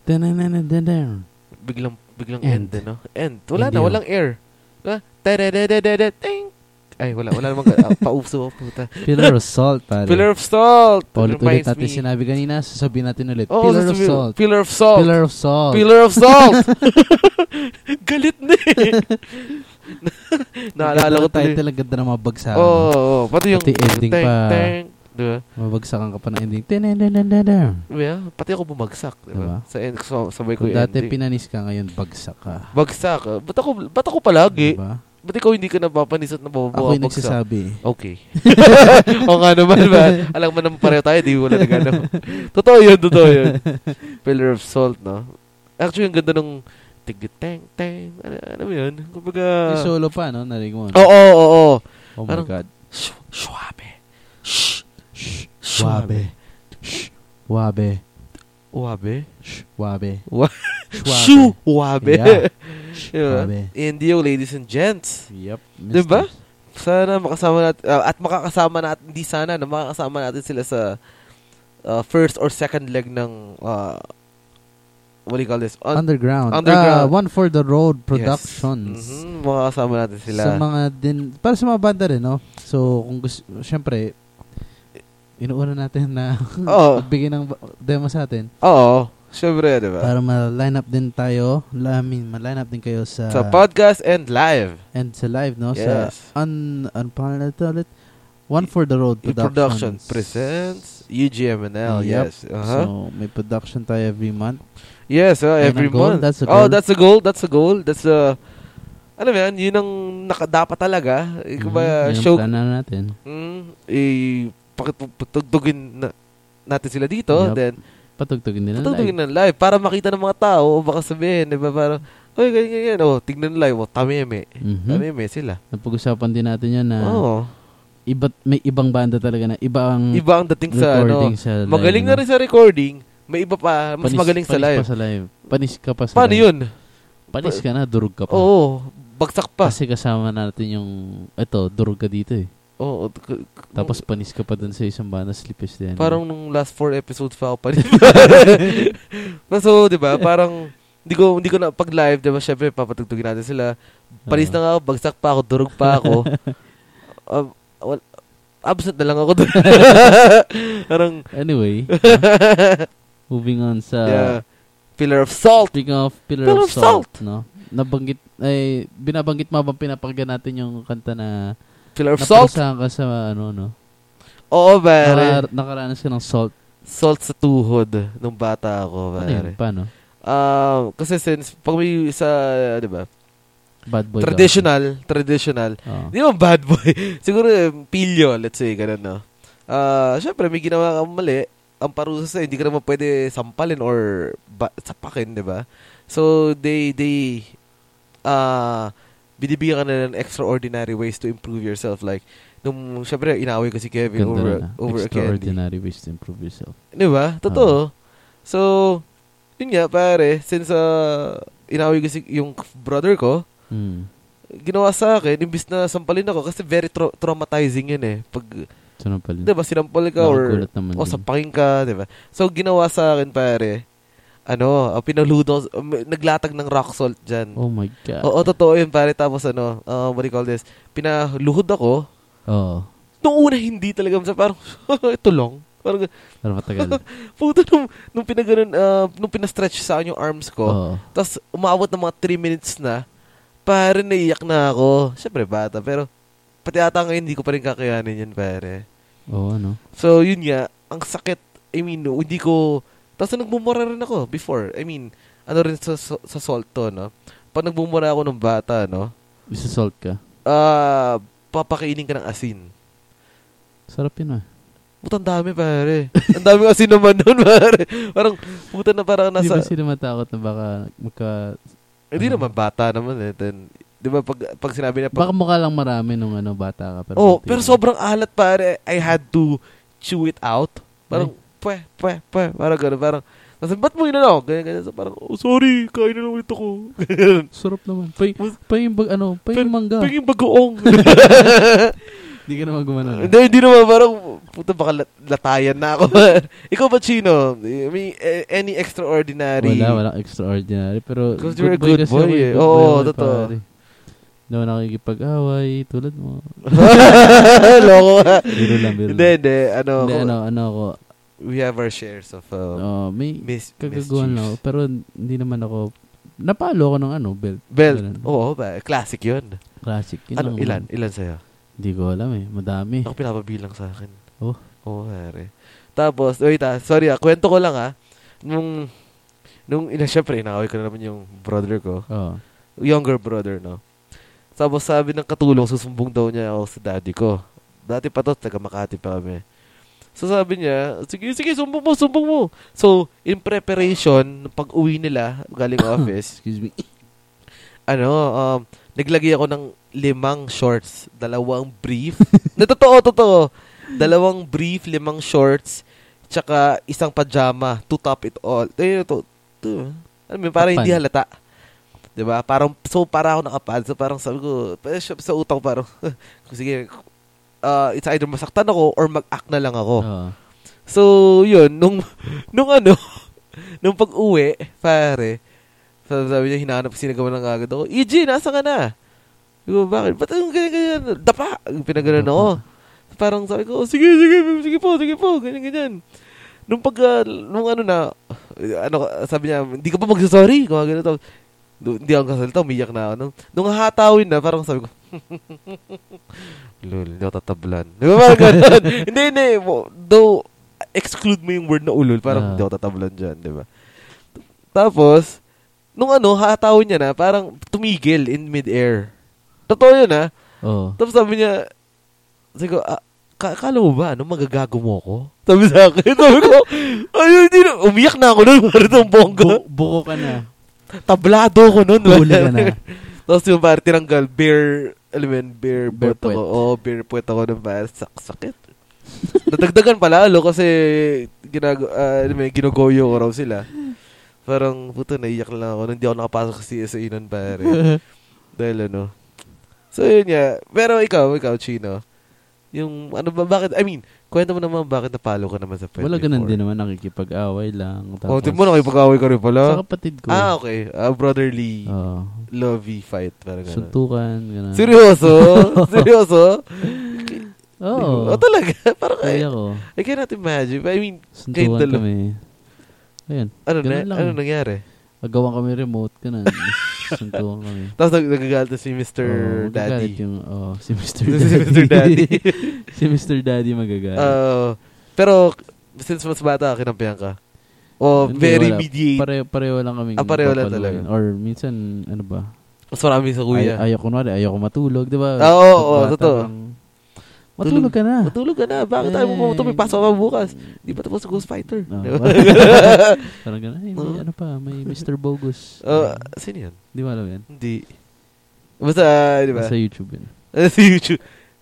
[SPEAKER 1] Tanananananan.
[SPEAKER 2] Biglang, biglang
[SPEAKER 1] End.
[SPEAKER 2] end, eh, no? End. Wala
[SPEAKER 1] End
[SPEAKER 2] na,
[SPEAKER 1] yun.
[SPEAKER 2] walang air. Diba? Tadadadadada, ting. Ay, wala, wala namang ka- ah, pauso, puta.
[SPEAKER 1] Pillar of salt, pare.
[SPEAKER 2] Pillar of salt.
[SPEAKER 1] Paulit-ulit
[SPEAKER 2] Reminds
[SPEAKER 1] natin
[SPEAKER 2] me. Oh,
[SPEAKER 1] sinabi kanina, sasabihin natin ulit.
[SPEAKER 2] Oo,
[SPEAKER 1] pillar of
[SPEAKER 2] sasabi-
[SPEAKER 1] salt.
[SPEAKER 2] Pillar of salt.
[SPEAKER 1] Pillar of salt.
[SPEAKER 2] Pillar of salt. Galit na eh. Naalala ko
[SPEAKER 1] Ang ganda ng
[SPEAKER 2] tuloy.
[SPEAKER 1] title, ang ganda ng mga bagsakan.
[SPEAKER 2] Oo, oh, pati yung
[SPEAKER 1] Pati ending
[SPEAKER 2] teng,
[SPEAKER 1] pa.
[SPEAKER 2] teng, diba?
[SPEAKER 1] Mga bagsakan ka pa na ending. Tanananananan.
[SPEAKER 2] Diba? Pati ako bumagsak,
[SPEAKER 1] Diba?
[SPEAKER 2] diba? Sa end, so, sabay ko
[SPEAKER 1] Kung
[SPEAKER 2] yung
[SPEAKER 1] dati
[SPEAKER 2] ending.
[SPEAKER 1] pinanis ka, ngayon bagsak ka.
[SPEAKER 2] bagsak. ah. Ba't ako, ba't ako palagi?
[SPEAKER 1] Diba?
[SPEAKER 2] Ba't ikaw hindi ka napapanis at nababawa
[SPEAKER 1] Ako yung
[SPEAKER 2] bagsak?
[SPEAKER 1] nagsasabi.
[SPEAKER 2] Okay. Oh. o nga naman ba? Alam mo naman pareho tayo, di wala nagano. totoo yun, totoo yun. Pillar of salt, no? Actually, ang ganda nung tig-tang, tang, ano, ano mo yun? Kumbaga...
[SPEAKER 1] Yung solo pa, no? Narinig mo.
[SPEAKER 2] Ah. Oo, oo, oo.
[SPEAKER 1] Oh
[SPEAKER 2] Parang-
[SPEAKER 1] my God.
[SPEAKER 2] Su- Suabe. Shh.
[SPEAKER 1] Shh. Wabe. Shh. Wabe.
[SPEAKER 2] Wabe?
[SPEAKER 1] Shh. Wabe.
[SPEAKER 2] Wa-
[SPEAKER 1] Shwabe.
[SPEAKER 2] Su. Wabe.
[SPEAKER 1] Yeah.
[SPEAKER 2] Diba?
[SPEAKER 1] Wabe.
[SPEAKER 2] Indio, ladies and gents.
[SPEAKER 1] Yep.
[SPEAKER 2] Diba? Sana makasama natin, ah, at makakasama natin, hindi sana, na makakasama natin sila sa ah, first or second leg ng, ah, what do you call this? Un-
[SPEAKER 1] Underground. Ah,
[SPEAKER 2] Underground.
[SPEAKER 1] one for the Road
[SPEAKER 2] Yes.
[SPEAKER 1] Productions.
[SPEAKER 2] Mhm, Makakasama natin sila.
[SPEAKER 1] Sa mga din, para sa mga banda rin, no? So, kung gusto, syempre, inuuna natin na
[SPEAKER 2] Oo.
[SPEAKER 1] magbigay ng ba- demo sa atin
[SPEAKER 2] Oo. diba? Siyempre, di ba?
[SPEAKER 1] para ma-line up din tayo, la- I mean, ma-line up din kayo sa,
[SPEAKER 2] sa podcast and live.
[SPEAKER 1] and sa live, no? Sa,
[SPEAKER 2] Yes.
[SPEAKER 1] un, un, paano na ito ulit? One for the Road
[SPEAKER 2] Yung
[SPEAKER 1] Productions. Oh,
[SPEAKER 2] production presents UGMNL.
[SPEAKER 1] Yep.
[SPEAKER 2] Yes. Uh-huh.
[SPEAKER 1] So, may production tayo every month.
[SPEAKER 2] Yes, uh,
[SPEAKER 1] Yun
[SPEAKER 2] every
[SPEAKER 1] ang goal,
[SPEAKER 2] month.
[SPEAKER 1] that's the
[SPEAKER 2] oh,
[SPEAKER 1] goal.
[SPEAKER 2] that's a goal. That's a goal. That's a alam mo yan, yun ang naka, dapat talaga. Eh, Kung ba,
[SPEAKER 1] Mhm, yun ang
[SPEAKER 2] show,
[SPEAKER 1] plano natin.
[SPEAKER 2] mm, eh, pakitugtugin na, natin sila dito.
[SPEAKER 1] Yup.
[SPEAKER 2] Then,
[SPEAKER 1] Patugtugin din ang
[SPEAKER 2] tutugtugin
[SPEAKER 1] live.
[SPEAKER 2] ng live para makita ng mga tao. O baka sabihin, di ba, parang, Uy, ganyan, ganyan. O, tignan live. O, tameme.
[SPEAKER 1] Mhm.
[SPEAKER 2] Tameme sila.
[SPEAKER 1] Napag-usapan din natin yan na
[SPEAKER 2] Oo.
[SPEAKER 1] iba, may ibang banda talaga na iba ang
[SPEAKER 2] Iba ang dating sa, ano,
[SPEAKER 1] Mm-hmm. recording sa live.
[SPEAKER 2] magaling na
[SPEAKER 1] ano.
[SPEAKER 2] rin sa recording. May iba pa, mas
[SPEAKER 1] Panis-
[SPEAKER 2] magaling sa
[SPEAKER 1] panis
[SPEAKER 2] live.
[SPEAKER 1] pa sa live. Panis ka pa sa
[SPEAKER 2] Paano
[SPEAKER 1] live.
[SPEAKER 2] yun?
[SPEAKER 1] Panis ka na, durog ka pa.
[SPEAKER 2] Oo. Bagsak pa.
[SPEAKER 1] Kasi kasama natin yung, eto, durog ka dito eh.
[SPEAKER 2] Oo. k- k-
[SPEAKER 1] Tapos panis ka pa dun sa isang banda, sleepless din.
[SPEAKER 2] Parang nung last four episodes pa ako pa rin. so, di ba, parang, hindi ko, hindi ko na, pag live, di ba, syempre, papatugtugin natin sila.
[SPEAKER 1] Ah.
[SPEAKER 2] Palis na nga ako, bagsak pa ako, durog pa ako. um, wal- absent na lang ako dun. parang,
[SPEAKER 1] Anyway, moving on sa,
[SPEAKER 2] yeah, pillar of salt.
[SPEAKER 1] speaking of Pillar,
[SPEAKER 2] Pillar
[SPEAKER 1] of
[SPEAKER 2] of Salt.
[SPEAKER 1] Salt, no? Nabanggit, ay, binabanggit mo bang pinapakinggan natin yung kanta na
[SPEAKER 2] Pillar of salt?
[SPEAKER 1] naparusahan ka sa, ano, ano?
[SPEAKER 2] Oo,
[SPEAKER 1] Naka,
[SPEAKER 2] pare.
[SPEAKER 1] nakaranas ka ng salt.
[SPEAKER 2] Salt sa tuhod nung bata ako,
[SPEAKER 1] Ano yun?
[SPEAKER 2] pare.
[SPEAKER 1] Paano?
[SPEAKER 2] Um, kasi since, pag may isa, di ba,
[SPEAKER 1] Bad boy. ka.
[SPEAKER 2] traditional, traditional,
[SPEAKER 1] Oo.
[SPEAKER 2] Di ba bad boy? Siguro, eh, pilyo, let's say, ganun, no? Ah, Siyempre, may ginawa kang mali. Ang parusa sa'yo, hindi ka naman pwede sampalin or ba- sapakin, di ba? So, they, they, ah, binibigyan ka na ng extraordinary ways to improve yourself. Like, nung, siyempre, inaway ko si Kevin
[SPEAKER 1] Ganda
[SPEAKER 2] over,
[SPEAKER 1] na.
[SPEAKER 2] over a candy.
[SPEAKER 1] Extraordinary Ah. ways to improve yourself.
[SPEAKER 2] Di ba? Totoo. So, yun nga, pare, since, ah, inaway ko si, yung brother ko, Hmm.
[SPEAKER 1] Mm.
[SPEAKER 2] ginawa sa akin, imbis na sampalin ako, kasi very tra- traumatizing yun eh. Pag,
[SPEAKER 1] So, ano pala?
[SPEAKER 2] di ba, sinampal ka Diba, or,
[SPEAKER 1] Nakagulat naman
[SPEAKER 2] o
[SPEAKER 1] din.
[SPEAKER 2] sampakin ka, di ba? So, ginawa sa akin, pare, ano, ah, pinaludo, ah, may- naglatag ng rock salt dyan.
[SPEAKER 1] Oh my God.
[SPEAKER 2] Oo, totoo yun, pare. Tapos, ano, ah, what do you call this? Pinaluhod ako.
[SPEAKER 1] Oo.
[SPEAKER 2] Noong una, hindi talaga. Sa parang, tulong. Parang,
[SPEAKER 1] Pero matagal.
[SPEAKER 2] puto, nung, nung pinaganon, ah, nung pinastretch sa akin yung arms ko,
[SPEAKER 1] Oo.
[SPEAKER 2] Tapos, umabot ng mga 3 minutes na, pare, naiyak na ako. Siyempre, bata. Pero, pati ata ngayon, hindi ko pa rin kakayanin yun, pare.
[SPEAKER 1] Oo, ano?
[SPEAKER 2] So, yun nga, ang sakit. I mean, no, hindi ko... Tapos, nagmumura rin ako before. I mean, ano rin sa, sa, sa salt to, no? Pag nagmumura ako ng bata, no?
[SPEAKER 1] Isasalt ka.
[SPEAKER 2] Ah, papakainin ka ng asin.
[SPEAKER 1] Sarap yun ah.
[SPEAKER 2] Putang dami, pare. Ang dami asin naman nun, pare. Parang, puta na parang
[SPEAKER 1] Hindi ba
[SPEAKER 2] nasa...
[SPEAKER 1] sila matakot na baka magka...
[SPEAKER 2] Hindi
[SPEAKER 1] ano?
[SPEAKER 2] naman bata naman, eh. Then, di ba, pag, pag sinabi na... Pag,
[SPEAKER 1] Baka mukha lang marami nung ano, bata ka. Pero
[SPEAKER 2] Oh,
[SPEAKER 1] konti
[SPEAKER 2] pero
[SPEAKER 1] lang.
[SPEAKER 2] sobrang alat pare. I had to chew it out. Parang,
[SPEAKER 1] Hmm.
[SPEAKER 2] pwe, pwe, pwe. Parang gano'n, parang, nasa, ba't mo inanaw? Ganyan, ganyan. So, parang, oh, sorry, kain na lang ulit ako. Ganyan.
[SPEAKER 1] Sarap naman. Pay,
[SPEAKER 2] Mas-
[SPEAKER 1] pay yung bag, ano, pay yung mangga.
[SPEAKER 2] Paging bagoong.
[SPEAKER 1] Hindi ka naman gumano.
[SPEAKER 2] Ah, Hindi, hindi naman, parang, Puta, baka lat- latayan na ako. Ikaw ba, Chino? I mean, eh, any extraordinary?
[SPEAKER 1] Wala, wala extraordinary. Pero
[SPEAKER 2] Because you're a good
[SPEAKER 1] kasi
[SPEAKER 2] boy
[SPEAKER 1] ako,
[SPEAKER 2] eh.
[SPEAKER 1] good
[SPEAKER 2] Oo,
[SPEAKER 1] boy ako,
[SPEAKER 2] totoo.
[SPEAKER 1] pare. Hindi ako nakikipag-away tulad mo.
[SPEAKER 2] Loko ka.
[SPEAKER 1] Biro lang, biro
[SPEAKER 2] Hindi,
[SPEAKER 1] lang.
[SPEAKER 2] hindi. Ano,
[SPEAKER 1] Hindi,
[SPEAKER 2] kung-
[SPEAKER 1] ano, ano ako.
[SPEAKER 2] we have our shares of um,
[SPEAKER 1] Oh, may
[SPEAKER 2] mis-
[SPEAKER 1] kagaguhan lang ako.
[SPEAKER 2] mischiefs.
[SPEAKER 1] Pero hindi naman ako, napalo ako ng ano, belt.
[SPEAKER 2] Bel,
[SPEAKER 1] Ganun.
[SPEAKER 2] oo ba? Classic yun.
[SPEAKER 1] Classic. Yun
[SPEAKER 2] Oh. Ano,
[SPEAKER 1] lang.
[SPEAKER 2] ilan? Oh. Ilan sa'yo?
[SPEAKER 1] Hindi ko alam eh. Madami.
[SPEAKER 2] Ako pinapabilang sa akin.
[SPEAKER 1] Oh.
[SPEAKER 2] Oo, pare. Tapos, wait ah, sorry ah, kwento ko lang ah. Nung, nung, ina, syempre, inakaway ko na naman yung brother ko.
[SPEAKER 1] Oh.
[SPEAKER 2] Younger brother, no? Tapos sabi ng katulong, susumbong daw niya ako sa daddy ko. Dati pa to, taga Makati pa kami. So sabi niya, sige, sige, sumbong mo, sumbong mo. So, in preparation, pag uwi nila, galing office,
[SPEAKER 1] Excuse me.
[SPEAKER 2] ano, um, naglagay ako ng limang shorts, dalawang brief. na totoo, totoo. Dalawang brief, limang shorts, tsaka isang pajama to top it all. Eh, to, to, alam mo, yun, parang hindi
[SPEAKER 1] Kapan.
[SPEAKER 2] halata. 'Di ba? Parang, so para ako nakapad. So parang sabi ko, pa- sa sa utak ko parang, kung sige, uh, it's either masaktan ako or mag-act na lang ako.
[SPEAKER 1] Oh.
[SPEAKER 2] So, yun, nung, nung ano, nung pag-uwi, pare, sabi, sabi niya, hinahanap, sinagawa ng agad ako, EG, nasa ka na? Sabi ko, bakit? Ba't ang ganyan-ganyan? Dapa! Pinagalan ako. Parang sabi ko, sige, sige, sige po, sige po, ganyan-ganyan. Nung pag, ah, nung ano na, ano, sabi niya, hindi ka pa magsasorry, kung gano'n to. Hindi ako kasalita, umiyak na ako. Nung, nung hatawin na, parang sabi ko, lol, hindi ako tatablan. Di ba parang gano'n? hindi, hindi. Though, exclude mo yung word na ulol, parang
[SPEAKER 1] Ah.
[SPEAKER 2] hindi ako tatablan dyan, di ba? Tapos, nung ano, hatawin niya na, parang tumigil in midair. Totoo yun, ha?
[SPEAKER 1] Oh.
[SPEAKER 2] Tapos sabi niya, sabi ko, ah, ka- kala mo ba, ano, magagago mo ako? Sabi sa akin, sabi ko, ay, hindi na, umiyak na ako nun, parang itong bongga.
[SPEAKER 1] Bu- buko ka na.
[SPEAKER 2] Tablado ko nun.
[SPEAKER 1] Huli ka na.
[SPEAKER 2] Tapos yung parang tinanggal, bear, alam mo yun, bear,
[SPEAKER 6] Bear
[SPEAKER 2] bear
[SPEAKER 6] puwet.
[SPEAKER 2] ko. Oo, bear puwet ako ng parang sakit. Nadagdagan pala, alo, kasi ginag ah, alam mo yun, ginogoyo ko raw sila. Parang, puto, naiyak lang ako. Hindi ako nakapasok sa CSA nun, pare. Dahil ano. So, yun nga. Pero ikaw, ikaw, Chino. Yung, ano ba, bakit, I mean, kwento mo naman bakit napalo ka naman sa 24.
[SPEAKER 1] Wala ganun din naman. Nakikipag-away lang.
[SPEAKER 2] Oh,
[SPEAKER 1] Tapos,
[SPEAKER 2] di mo nakipag-away ka rin pala.
[SPEAKER 1] sa kapatid ko. eh.
[SPEAKER 2] Ah, okay. Ah, brotherly,
[SPEAKER 1] Oh.
[SPEAKER 2] lovey fight. Parang ganun.
[SPEAKER 1] Suntukan. Ganun.
[SPEAKER 2] Seryoso? Seryoso?
[SPEAKER 1] Oo.
[SPEAKER 2] Oh, eh. talaga? Parang, I,
[SPEAKER 1] Kaya ko.
[SPEAKER 2] I cannot imagine. I mean, Kahit
[SPEAKER 1] Suntukan
[SPEAKER 2] dalawa.
[SPEAKER 1] kami. Ayun.
[SPEAKER 2] ano na,
[SPEAKER 1] Ganun lang.
[SPEAKER 2] ano nangyari?
[SPEAKER 1] Agawan kami remote. Ganun. Suntukan kami.
[SPEAKER 2] Tapos nag nagagalit na si Mr.
[SPEAKER 1] Oo, magagalit
[SPEAKER 2] Daddy.
[SPEAKER 1] Yung, oh, si Mr.
[SPEAKER 2] Si
[SPEAKER 1] Daddy.
[SPEAKER 2] Mr. Daddy.
[SPEAKER 1] si Mr. Daddy magagalit.
[SPEAKER 2] Ah, pero, since mas bata, kinampihan ka. O,
[SPEAKER 1] Hindi,
[SPEAKER 2] very
[SPEAKER 1] wala.
[SPEAKER 2] mediate.
[SPEAKER 1] pareho, pareho lang kami.
[SPEAKER 2] Ah, pareho lang talaga.
[SPEAKER 1] Or minsan, ano ba?
[SPEAKER 2] Mas marami sa kuya.
[SPEAKER 1] Ay, ayaw, kunwari, ayaw ko matulog, di ba?
[SPEAKER 2] Ah, oo, oo,
[SPEAKER 1] Bata
[SPEAKER 2] totoo.
[SPEAKER 1] kang, Matulog ka na.
[SPEAKER 2] Matulog ka na. Bakit ayaw
[SPEAKER 1] Eh.
[SPEAKER 2] mo tumipasok Pasok ka bukas. Di ba Uh-huh. tapos sa Ghost Fighter?
[SPEAKER 1] Oo.
[SPEAKER 2] Diba?
[SPEAKER 1] Ah, Parang gano'n, ay, may
[SPEAKER 2] Oo.
[SPEAKER 1] ano pa, may Mr. Bogus.
[SPEAKER 2] Ah, sino yan?
[SPEAKER 1] di ba alam yan?
[SPEAKER 2] Hindi. Basta, di ba?
[SPEAKER 1] Sa YouTube yun.
[SPEAKER 2] Eh, sa YouTube.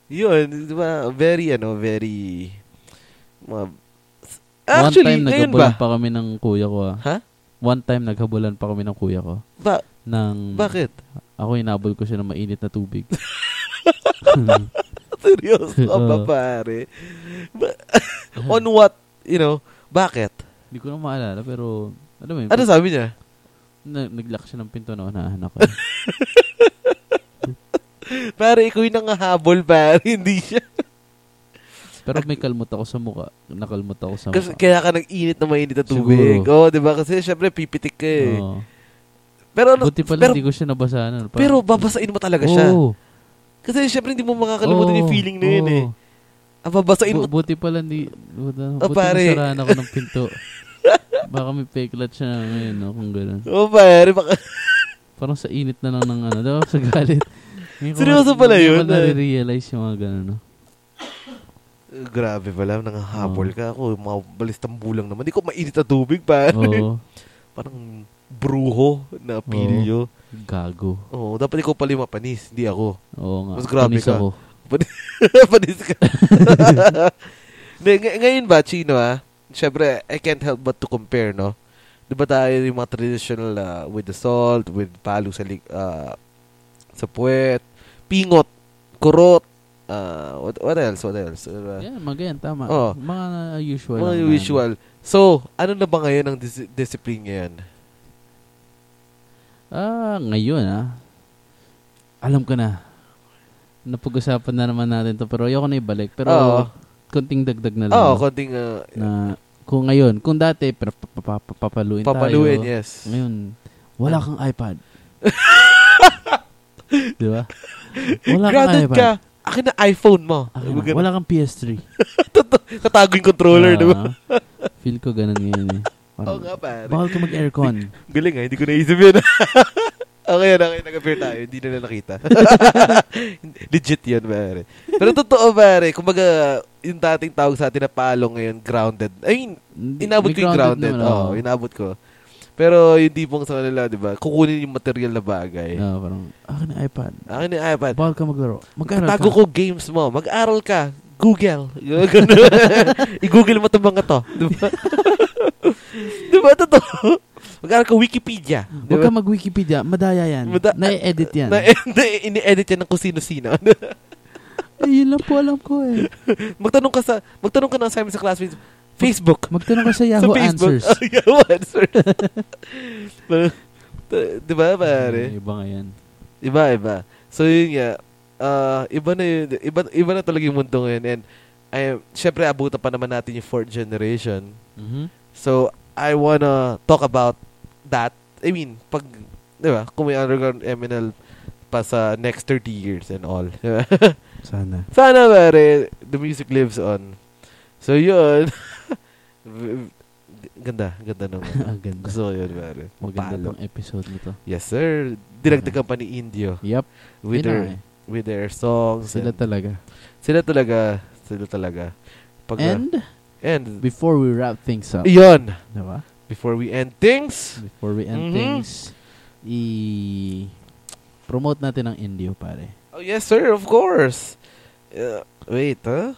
[SPEAKER 2] Yun, di ba? Very, ano, very... mga- actually,
[SPEAKER 1] One time
[SPEAKER 2] ngayon ba?
[SPEAKER 1] naghabulan pa kami ng kuya ko. ah.
[SPEAKER 2] Ha?
[SPEAKER 1] One time naghabulan pa kami ng kuya ko.
[SPEAKER 2] Ba-
[SPEAKER 1] Hmm. Nang
[SPEAKER 2] bakit?
[SPEAKER 1] ako inabol ko siya ng mainit na tubig.
[SPEAKER 2] Seryoso ka ba,
[SPEAKER 1] Oo.
[SPEAKER 2] pare? Ba- On what? You know, bakit?
[SPEAKER 1] Hindi ko na maalala pero ano mo yun,
[SPEAKER 2] Ano sabi niya?
[SPEAKER 1] na, naglock siya ng pinto na unahan ako.
[SPEAKER 2] Pare, ikaw yung nangahabol, pare. Hindi siya.
[SPEAKER 1] Pero may kalmot ako sa mukha. Nakalmot ako sa mukha.
[SPEAKER 2] Kasi, kaya ka nag-init na mainit na tubig.
[SPEAKER 1] Siguro.
[SPEAKER 2] Oo, di ba? Kasi, syempre, pipitik ka eh.
[SPEAKER 1] Oo.
[SPEAKER 2] Pero, ano,
[SPEAKER 1] Buti pala
[SPEAKER 2] pero,
[SPEAKER 1] hindi ko siya nabasahan. ano, parang-
[SPEAKER 2] pero babasain mo talaga siya.
[SPEAKER 1] Oo.
[SPEAKER 2] Kasi, syempre, hindi mo makakalimutan yung
[SPEAKER 1] Oo.
[SPEAKER 2] feeling na yun eh.
[SPEAKER 1] Oo.
[SPEAKER 2] Ah, babasain mo.
[SPEAKER 1] Bu- buti pala hindi... Buti,
[SPEAKER 2] Ah,
[SPEAKER 1] buti
[SPEAKER 2] pare.
[SPEAKER 1] nasaraan ako ng pinto. Baka may peklat siya na ngayon, no? Kung gano'n.
[SPEAKER 2] Oo, pare. Baka,
[SPEAKER 1] Parang sa init na lang ng ano. Diba? Sa galit. Ngayon ko-
[SPEAKER 2] Seryoso pala
[SPEAKER 1] ngayon ko
[SPEAKER 2] yun, ah.
[SPEAKER 1] nare-realize yung mga gano'n, no?
[SPEAKER 2] Grabe pala, nangahabol ka ako. Mga balistang bulang naman. Di ko mainit na tubig, pare.
[SPEAKER 1] Oo.
[SPEAKER 2] Parang bruho na pilyo.
[SPEAKER 1] Gago.
[SPEAKER 2] Oo, dapat ikaw pala yung mapanis, hindi ako.
[SPEAKER 1] Oo nga.
[SPEAKER 2] Mas grabe
[SPEAKER 1] Panis
[SPEAKER 2] ka.
[SPEAKER 1] Ako.
[SPEAKER 2] panis ka. Hindi, ngay- ngayon ba, Chino, ah? Siyempre, I can't help but to compare, no? Di ba tayo yung mga traditional ah, with the salt, with palo sa, lig- ah, sa puwet, pingot, kurot, ah, what, what else? What else? Uh,
[SPEAKER 1] Yeah, mga yan, tama.
[SPEAKER 2] Oo.
[SPEAKER 1] Mga usual.
[SPEAKER 2] mga
[SPEAKER 1] lang naman.
[SPEAKER 2] usual. So, ano na ba ngayon ang dis- discipline ngayon?
[SPEAKER 1] Ah, ngayon ah. Alam ko na. Napag-usapan na naman natin to pero ayoko na ibalik. Pero
[SPEAKER 2] Oo.
[SPEAKER 1] konting dagdag na lang.
[SPEAKER 2] Oo, konting ah,
[SPEAKER 1] na kung ngayon, kung dati pero pa- pa- pa- papaluin
[SPEAKER 2] papaluin,
[SPEAKER 1] tayo.
[SPEAKER 2] yes.
[SPEAKER 1] Ngayon, wala kang iPad. Di ba? Wala kang
[SPEAKER 2] Grounded
[SPEAKER 1] iPad.
[SPEAKER 2] ka. Akin na iPhone mo.
[SPEAKER 1] Akin na,
[SPEAKER 2] Ganun.
[SPEAKER 1] wala kang PS3.
[SPEAKER 2] Tatago yung controller, di ba?
[SPEAKER 1] Ah, Feel ko ganun ngayon eh. Parang,
[SPEAKER 2] Oo nga, pare.
[SPEAKER 1] bawal ka mag-aircon.
[SPEAKER 2] Galing ah, hindi ko naisip yun. okay yun, okay, nag-appear tayo. Hindi na nakita. Legit yun, pare. Pero totoo, pare. Kumbaga, yung dating tawag sa atin na palo ngayon, grounded. I mean,
[SPEAKER 1] Hindi-
[SPEAKER 2] inabot
[SPEAKER 1] may
[SPEAKER 2] ko yung grounded.
[SPEAKER 1] naman,
[SPEAKER 2] Oo,
[SPEAKER 1] oo.
[SPEAKER 2] inabot ko. Pero yung tipong sa kanila, di ba? Kukunin yung material na bagay.
[SPEAKER 1] Oo, Ah, parang, akin na iPad.
[SPEAKER 2] Akin yung iPad.
[SPEAKER 1] Bawal ka maglaro. Magkano ka?
[SPEAKER 2] Tago ko games mo. Mag-aral ka. Google. Ganun. I-google mo itong mga to. Diba? diba totoo? Mag-aral ka Wikipedia.
[SPEAKER 1] Huwag ka mag-Wikipedia. Madaya yan.
[SPEAKER 2] Mada-
[SPEAKER 1] Nai-edit yan.
[SPEAKER 2] Na, na ini-edit yan ng kung sino-sino.
[SPEAKER 1] Ay, yun lang po alam ko eh.
[SPEAKER 2] magtanong ka sa magtanong ka ng assignment sa classmates. Facebook.
[SPEAKER 1] Magtanong ka sa
[SPEAKER 2] Sa
[SPEAKER 1] Yahoo
[SPEAKER 2] Facebook.
[SPEAKER 1] Answers.
[SPEAKER 2] Yahoo Answers. Di ba, pare?
[SPEAKER 1] Ay, Iba nga yan.
[SPEAKER 2] Iba, iba. So, yun nga. Ah, iba na yun. Iba, iba na talaga yung mundo ngayon. And, I, syempre, abutan pa naman natin yung fourth generation.
[SPEAKER 1] Mm-hmm.
[SPEAKER 2] So, I wanna talk about that. I mean, pag, di ba, kung may underground MNL pa sa next 30 years and all. Di ba?
[SPEAKER 1] Sana.
[SPEAKER 2] Sana pare, the music lives on. So, yun. ganda, ganda naman.
[SPEAKER 1] Ang ganda.
[SPEAKER 2] Gusto ko yun, pare.
[SPEAKER 1] Maganda
[SPEAKER 2] Palo.
[SPEAKER 1] pang episode nito.
[SPEAKER 2] Yes, sir. Dinagdagan pa ni Indio
[SPEAKER 1] Yep. yun
[SPEAKER 2] with
[SPEAKER 1] na
[SPEAKER 2] their,
[SPEAKER 1] nga eh.
[SPEAKER 2] with their songs.
[SPEAKER 1] Sila
[SPEAKER 2] and-
[SPEAKER 1] talaga.
[SPEAKER 2] sila talaga. Sila talaga. Pag,
[SPEAKER 1] And
[SPEAKER 2] and
[SPEAKER 1] before we wrap things up,
[SPEAKER 2] yun.
[SPEAKER 1] diba?
[SPEAKER 2] Before we end things,
[SPEAKER 1] Before we end
[SPEAKER 2] Mhm.
[SPEAKER 1] things, i promote natin ang Indio, pare.
[SPEAKER 2] oh yes, sir, of course. Uh, wait, huh?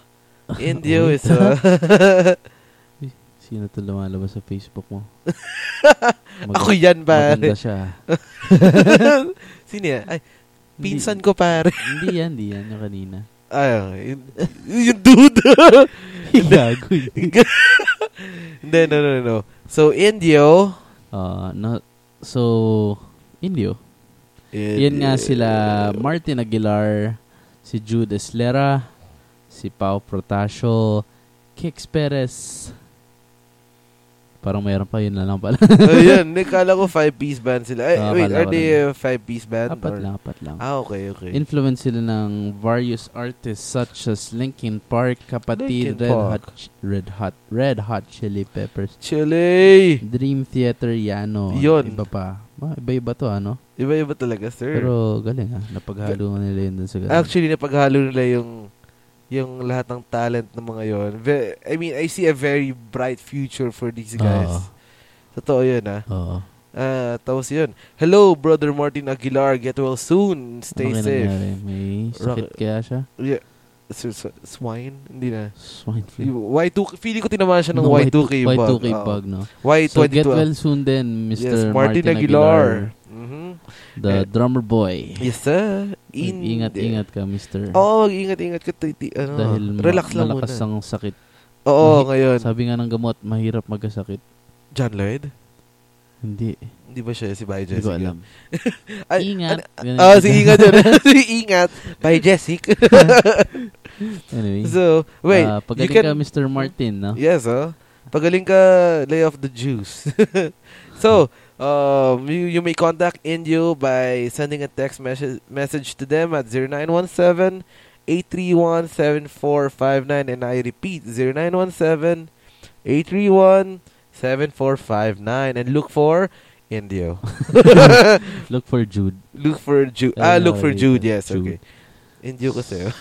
[SPEAKER 2] Indio
[SPEAKER 1] Wait,
[SPEAKER 2] is uh, a...
[SPEAKER 1] Sino to lumalabas sa Facebook mo?
[SPEAKER 2] Ako yan,
[SPEAKER 1] Maganda
[SPEAKER 2] pare.
[SPEAKER 1] siya.
[SPEAKER 2] Sino yan? Ay,
[SPEAKER 1] Hindi-
[SPEAKER 2] pinsan ko, pare.
[SPEAKER 1] Hindi yan, hindi yan. Yung kanina.
[SPEAKER 2] Ay, yun- yung dude.
[SPEAKER 1] Gago yun.
[SPEAKER 2] Hindi, no, no, no, no. So, Indio.
[SPEAKER 1] Ah, na, so, Indio. Yan nga sila
[SPEAKER 2] uh,
[SPEAKER 1] Martin Aguilar, si Jude Eslera, si Pau Protasio, Kix Perez. Parang mayroon pa, yun na lang pala.
[SPEAKER 2] Ayun, nakala ko five-piece band sila. Ay,
[SPEAKER 1] Ah,
[SPEAKER 2] wait,
[SPEAKER 1] kala
[SPEAKER 2] are
[SPEAKER 1] ko
[SPEAKER 2] they a five-piece band?
[SPEAKER 1] apat
[SPEAKER 2] or-
[SPEAKER 1] lang, apat lang.
[SPEAKER 2] Ah, okay, okay.
[SPEAKER 1] Influence sila ng various artists such as Linkin Park, Kapatid,
[SPEAKER 2] Linkin
[SPEAKER 1] Red,
[SPEAKER 2] Park.
[SPEAKER 1] Hot, Ch- Red Hot, Red Hot Chili Peppers,
[SPEAKER 2] Chile!
[SPEAKER 1] Dream Theater, Yano. Ano,
[SPEAKER 2] Yun.
[SPEAKER 1] Iba pa. Ah, Iba-iba to, ano?
[SPEAKER 2] Iba-iba talaga, sir.
[SPEAKER 1] Pero galing ha. Napaghalo nila yun dun sa ganun.
[SPEAKER 2] Actually, napaghalo nila yung yung lahat ng talent ng mga yon. Ve- I mean, I see a very bright future for these
[SPEAKER 1] Ah.
[SPEAKER 2] guys.
[SPEAKER 1] Oo.
[SPEAKER 2] Totoo yun, ah.
[SPEAKER 1] Oo. Ano
[SPEAKER 2] Ah, tapos yun. Hello, Brother Martin Aguilar. Get well soon. Stay
[SPEAKER 1] Ano kaya
[SPEAKER 2] safe.
[SPEAKER 1] nangyari? May sakit
[SPEAKER 2] Rock-
[SPEAKER 1] kaya siya?
[SPEAKER 2] Yeah. Sir, sw- swine? Hindi na.
[SPEAKER 1] Swine flu.
[SPEAKER 2] Y2K. Feeling ko tinamaan siya ng
[SPEAKER 1] No,
[SPEAKER 2] Y2K,
[SPEAKER 1] Y2K
[SPEAKER 2] bug.
[SPEAKER 1] Y2K
[SPEAKER 2] Oo.
[SPEAKER 1] bug, no?
[SPEAKER 2] Y22.
[SPEAKER 1] So, get well soon then, Mr.
[SPEAKER 2] yes, Martin,
[SPEAKER 1] Martin,
[SPEAKER 2] Aguilar.
[SPEAKER 1] Aguilar.
[SPEAKER 2] Mhm.
[SPEAKER 1] The
[SPEAKER 2] Eh,
[SPEAKER 1] drummer boy.
[SPEAKER 2] Yes, sir. Oh, In-
[SPEAKER 1] Ingat-ingat ka, Mr.
[SPEAKER 2] Oo, ingat-ingat ka. Titi, ano,
[SPEAKER 1] Dahil ma-
[SPEAKER 2] relax lang muna.
[SPEAKER 1] malakas ang sakit. Mahi-
[SPEAKER 2] Oo, ngayon.
[SPEAKER 1] Sabi nga ng gamot, mahirap magkasakit.
[SPEAKER 2] John Lloyd?
[SPEAKER 1] Hindi.
[SPEAKER 2] Hindi ba siya si Bay
[SPEAKER 1] Hindi ko
[SPEAKER 2] Jessica?
[SPEAKER 1] alam.
[SPEAKER 2] Ay,
[SPEAKER 1] Ingat. Ganun
[SPEAKER 2] ano- oh,
[SPEAKER 1] yung-
[SPEAKER 2] si Ingat yun. si Ingat. By Jessica.
[SPEAKER 1] anyway.
[SPEAKER 2] so, wait.
[SPEAKER 1] ah,
[SPEAKER 2] you
[SPEAKER 1] pagaling
[SPEAKER 2] can...
[SPEAKER 1] ka, Mr. Martin, no?
[SPEAKER 2] Yes, oh. Pagaling ka, lay off the juice. so, um, you, you may contact Indio by sending a text message, message to them at 0917 831 7459 and I repeat 0917 831 7459 and look for Indio.
[SPEAKER 1] Look for Jude.
[SPEAKER 2] Look for Jude.
[SPEAKER 1] Kaya
[SPEAKER 2] Ah, look for
[SPEAKER 1] nakalagay
[SPEAKER 2] Jude.
[SPEAKER 1] dito,
[SPEAKER 2] Yes,
[SPEAKER 1] Jude.
[SPEAKER 2] okay. Indio kasi. oh.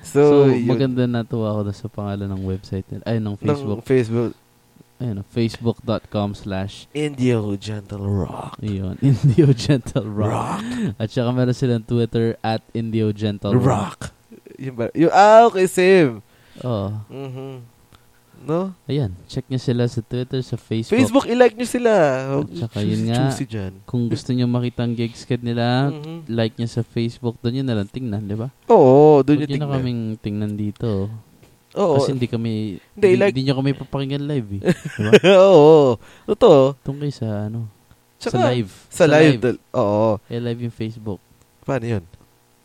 [SPEAKER 1] So,
[SPEAKER 2] so, yun.
[SPEAKER 1] maganda natuwa ako doon sa pangalan ng website nila. Ay, ng
[SPEAKER 2] Ng
[SPEAKER 1] Facebook.
[SPEAKER 2] Facebook.
[SPEAKER 1] Ayun, facebook.com slash
[SPEAKER 2] Indio Gentle Rock.
[SPEAKER 1] Yun, Indio Gentle Rock.
[SPEAKER 2] Rock.
[SPEAKER 1] At saka meron silang Twitter at Indio Gentle Rock.
[SPEAKER 2] Rock. Yung, ba- yung, ah, okay, same.
[SPEAKER 1] Oh,
[SPEAKER 2] Mhm. No?
[SPEAKER 1] ayan. Check nyo sila sa Twitter, sa Facebook.
[SPEAKER 2] Facebook, i-like nyo sila.
[SPEAKER 1] At saka yun nga.
[SPEAKER 2] Juicy dyan.
[SPEAKER 1] Kung gusto nyo makita ang gig sked nila,
[SPEAKER 2] Mhm.
[SPEAKER 1] like nyo sa Facebook. Doon yun na lang tingnan, di ba?
[SPEAKER 2] Oo. Oo,
[SPEAKER 1] Huwag yun
[SPEAKER 2] doon yung
[SPEAKER 1] na
[SPEAKER 2] tingnan.
[SPEAKER 1] kaming tingnan dito.
[SPEAKER 2] Oo,
[SPEAKER 1] Kasi hindi kami,
[SPEAKER 2] Hindi,
[SPEAKER 1] hindi,
[SPEAKER 2] like-
[SPEAKER 1] hindi nyo kami papakinggan live eh. diba?
[SPEAKER 2] oo, totoo.
[SPEAKER 1] Tungkol sa ano,
[SPEAKER 2] Tsaka,
[SPEAKER 1] sa live.
[SPEAKER 2] Sa live. tal- Oo,
[SPEAKER 1] Kaya live yung Facebook.
[SPEAKER 2] paano yun?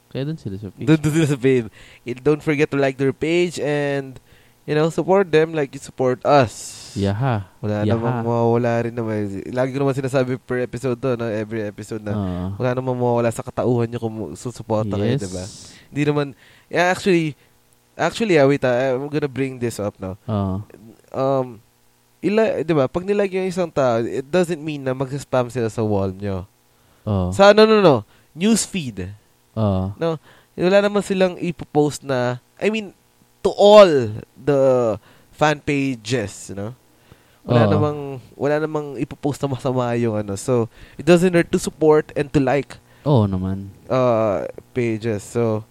[SPEAKER 1] Kaya doon sila sa Facebook.
[SPEAKER 2] Doon doon sila sa page. And Don't forget to like their page and, you know, support them like you support us.
[SPEAKER 1] Yaha.
[SPEAKER 2] Wala
[SPEAKER 1] Yaha.
[SPEAKER 2] namang mawawala rin naman. Lagi ko naman sinasabi per episode to, no? every episode na.
[SPEAKER 1] Oo.
[SPEAKER 2] Wala namang mawawala sa katauhan nyo kung susuporta kayo,
[SPEAKER 1] Ah. yes.
[SPEAKER 2] diba? Hindi naman, yeah, actually, actually, ah, wait, ah, I'm gonna bring this up now.
[SPEAKER 1] Oo.
[SPEAKER 2] Um, ila, di ba, pag nilagay yung isang tao, it doesn't mean na magsaspam sila sa wall nyo.
[SPEAKER 1] Oo.
[SPEAKER 2] Sa ano, no, no, newsfeed.
[SPEAKER 1] Oo.
[SPEAKER 2] Wala naman silang ipopost na, I mean, to all the fan pages, you know? Wala
[SPEAKER 1] Oo.
[SPEAKER 2] namang, wala namang ipopost na masama yung ano. So, it doesn't hurt to support and to like
[SPEAKER 1] Oo naman.
[SPEAKER 2] uh, pages. So,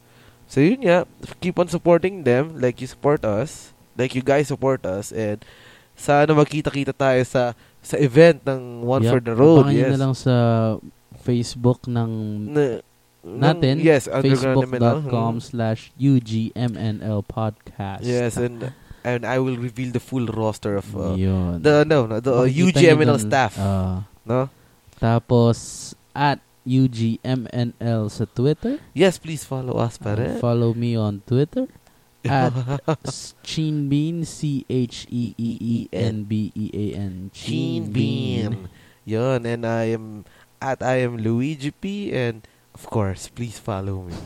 [SPEAKER 2] so yun nga, keep on supporting them like you support us, like you guys support us, and sana magkita-kita tayo sa sa event ng One
[SPEAKER 1] Yep.
[SPEAKER 2] for the Road.
[SPEAKER 1] Abangan nyo
[SPEAKER 2] Yes.
[SPEAKER 1] na lang sa Facebook ng
[SPEAKER 2] Na- ng-
[SPEAKER 1] natin,
[SPEAKER 2] yes, Underground Criminal.
[SPEAKER 1] facebook.com slash UGMNL podcast.
[SPEAKER 2] Yes, and and I will reveal the full roster of uh,
[SPEAKER 1] Yun.
[SPEAKER 2] the no, no the uh,
[SPEAKER 1] Makikita nyo
[SPEAKER 2] UGML
[SPEAKER 1] dun,
[SPEAKER 2] staff,
[SPEAKER 1] ah,
[SPEAKER 2] no?
[SPEAKER 1] tapos, at UGMNL sa Twitter.
[SPEAKER 2] Yes, please follow us,
[SPEAKER 1] Uh,
[SPEAKER 2] pare.
[SPEAKER 1] follow me on Twitter. At Chinbean, E C-H-E-E-E-N-B-E-A-N.
[SPEAKER 2] Gene Bean. Yun, and I am at I am Luigi P and of course, please follow me.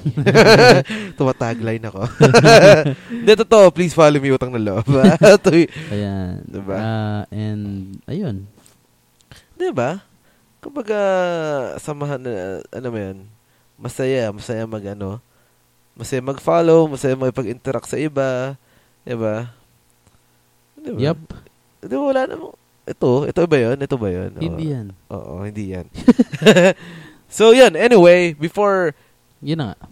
[SPEAKER 2] Tumatagline ako. Hindi, totoo. Please follow me, utang na loob. Tuy-
[SPEAKER 1] Ayan.
[SPEAKER 2] Diba?
[SPEAKER 1] Ah, and, ayun.
[SPEAKER 2] Di ba? Kumbaga, samahan na, ano mo yun, masaya, masaya mag, ano, masaya mag-follow, masaya mag-interact sa iba. Di ba? Di ba?
[SPEAKER 1] Yup.
[SPEAKER 2] Di ba, wala namang, ito, ito ba yun? Ito ba yun? Oo.
[SPEAKER 1] Hindi yan.
[SPEAKER 2] Oo, hindi yan. so, yan. Anyway, before...
[SPEAKER 1] Yun na nga.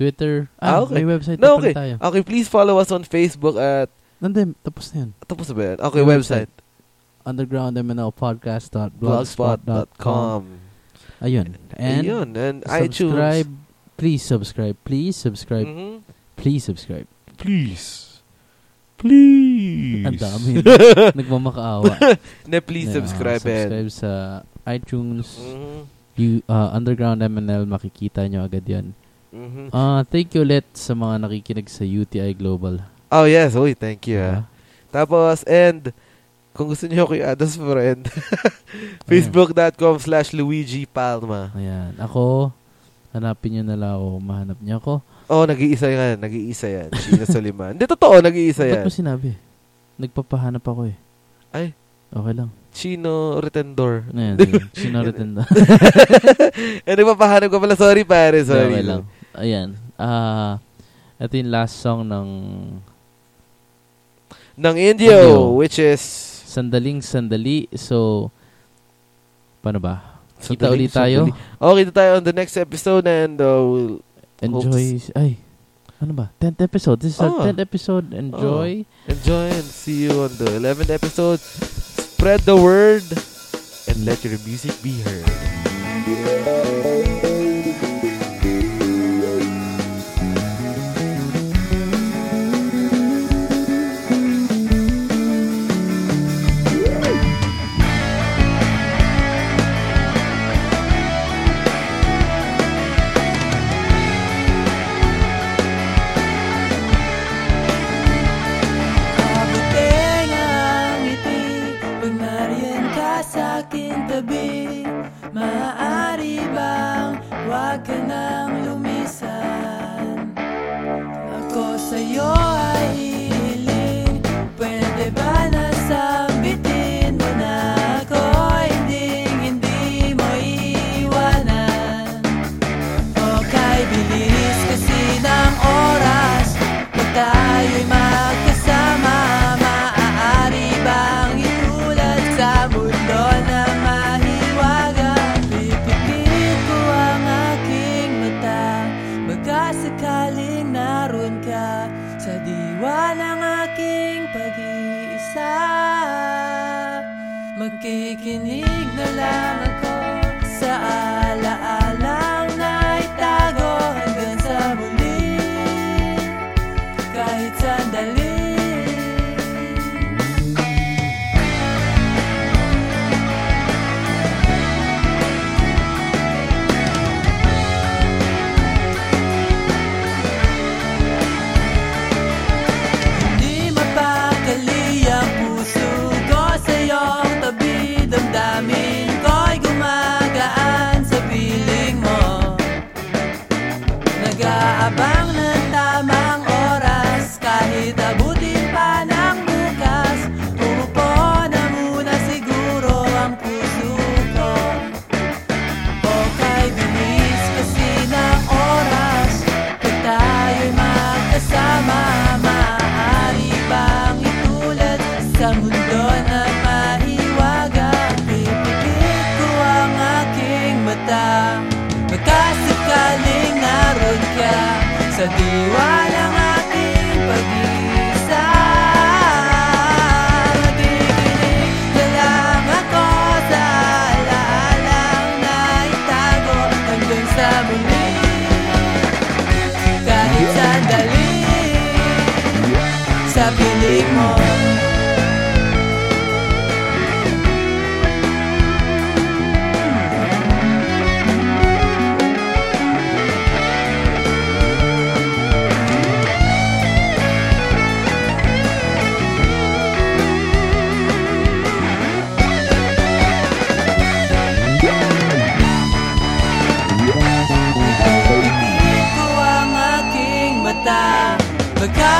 [SPEAKER 1] Twitter.
[SPEAKER 2] Ah,
[SPEAKER 1] Ah,
[SPEAKER 2] okay.
[SPEAKER 1] may website na
[SPEAKER 2] No,
[SPEAKER 1] pala
[SPEAKER 2] okay.
[SPEAKER 1] tayo.
[SPEAKER 2] Okay, please follow us on Facebook at...
[SPEAKER 1] Nandun, tapos na yun.
[SPEAKER 2] Tapos na ba yan? Okay,
[SPEAKER 1] Yung
[SPEAKER 2] website.
[SPEAKER 1] undergroundmnlpodcast.blogspot.com
[SPEAKER 2] Blogspot.com
[SPEAKER 1] Ayun. And
[SPEAKER 2] Ayun. And
[SPEAKER 1] subscribe.
[SPEAKER 2] iTunes.
[SPEAKER 1] Please subscribe. Please subscribe.
[SPEAKER 2] Mhm.
[SPEAKER 1] Please subscribe.
[SPEAKER 2] Please. Please.
[SPEAKER 1] Ang dami. Nagmamakaawa.
[SPEAKER 2] Ne,
[SPEAKER 1] Na,
[SPEAKER 2] please subscribe,
[SPEAKER 1] Subscribe
[SPEAKER 2] and...
[SPEAKER 1] sa iTunes.
[SPEAKER 2] Mhm.
[SPEAKER 1] You, uh, Underground MNL. Makikita nyo agad yan.
[SPEAKER 2] Mhm.
[SPEAKER 1] Ah, thank you ulit sa mga nakikinig sa UTI Global.
[SPEAKER 2] Oh, yes. Uy, thank you. ah.
[SPEAKER 1] Ah,
[SPEAKER 2] Tapos, and... Kung gusto niyo ako i-add as friend, facebook.com slash Luigi
[SPEAKER 1] Ah,
[SPEAKER 2] Palma.
[SPEAKER 1] Ayan. Ako, hanapin nyo na lang ako. Mahanap niyo ako.
[SPEAKER 2] Oh, nag-iisa yan. Nag-iisa yan. Sheena Soliman. Hindi, totoo. Nag-iisa
[SPEAKER 1] Ba't
[SPEAKER 2] yan.
[SPEAKER 1] mo sinabi? Nagpapahanap ako eh.
[SPEAKER 2] Ay.
[SPEAKER 1] Okay lang.
[SPEAKER 2] Chino Retendor.
[SPEAKER 1] Ayan, sinoritin na.
[SPEAKER 2] eh, nagpapahanap ka pala. Sorry, pare.
[SPEAKER 1] okay
[SPEAKER 2] Sorry.
[SPEAKER 1] lang. Ayan. Ah, ito yung last song ng
[SPEAKER 2] Ng Indio,
[SPEAKER 1] Indio.
[SPEAKER 2] which is...
[SPEAKER 1] Sandaling Sandali. So, paano ba? Kita ulit tayo.
[SPEAKER 2] Okay, kita tayo on the next episode and uh, we'll...
[SPEAKER 1] Enjoy. Ay, ano ba? 10th episode. This is
[SPEAKER 2] Oh.
[SPEAKER 1] our 10th episode.
[SPEAKER 2] Ah.
[SPEAKER 1] Enjoy.
[SPEAKER 2] Enjoy and see you on the 11th episode. Spread the word and let your music be heard.
[SPEAKER 3] Kapating ang ngiti Pag nariyan ka sa aking tabi Maaari bang huwag ka nang lumisan Ako sa'yo ay hihiling Pwede ba nasambitin mo na ako Hindi, hindi mo iiwanan Okay, bilis kasi ng oras Pag tayo'y magkasama Maaari bang itulad sa mundo na mahiwagan Pipipit ko ang aking mata Magkasakaling naroon ka Sa diwa ng aking pag-iisa Makikinig na lang ako Sa alaalang na itago Hanggang sa muli Tabang ng tamang oras Kahit abutin pa ng bukas Umupo na muna siguro ang puso ko O kay bilis kasi ng oras Pag tayo'y magkasama Maaari bang itulad sa mundo na mahiwaga Pipikit ko ang aking mata Magkasakaling naroon ka Sa diwa ng aking pag-isa Natikinig na lang ako sa alaalang na itago Hanggang sa muli Kahit sandali Sa piling mo Ikaw ang aking mata Magka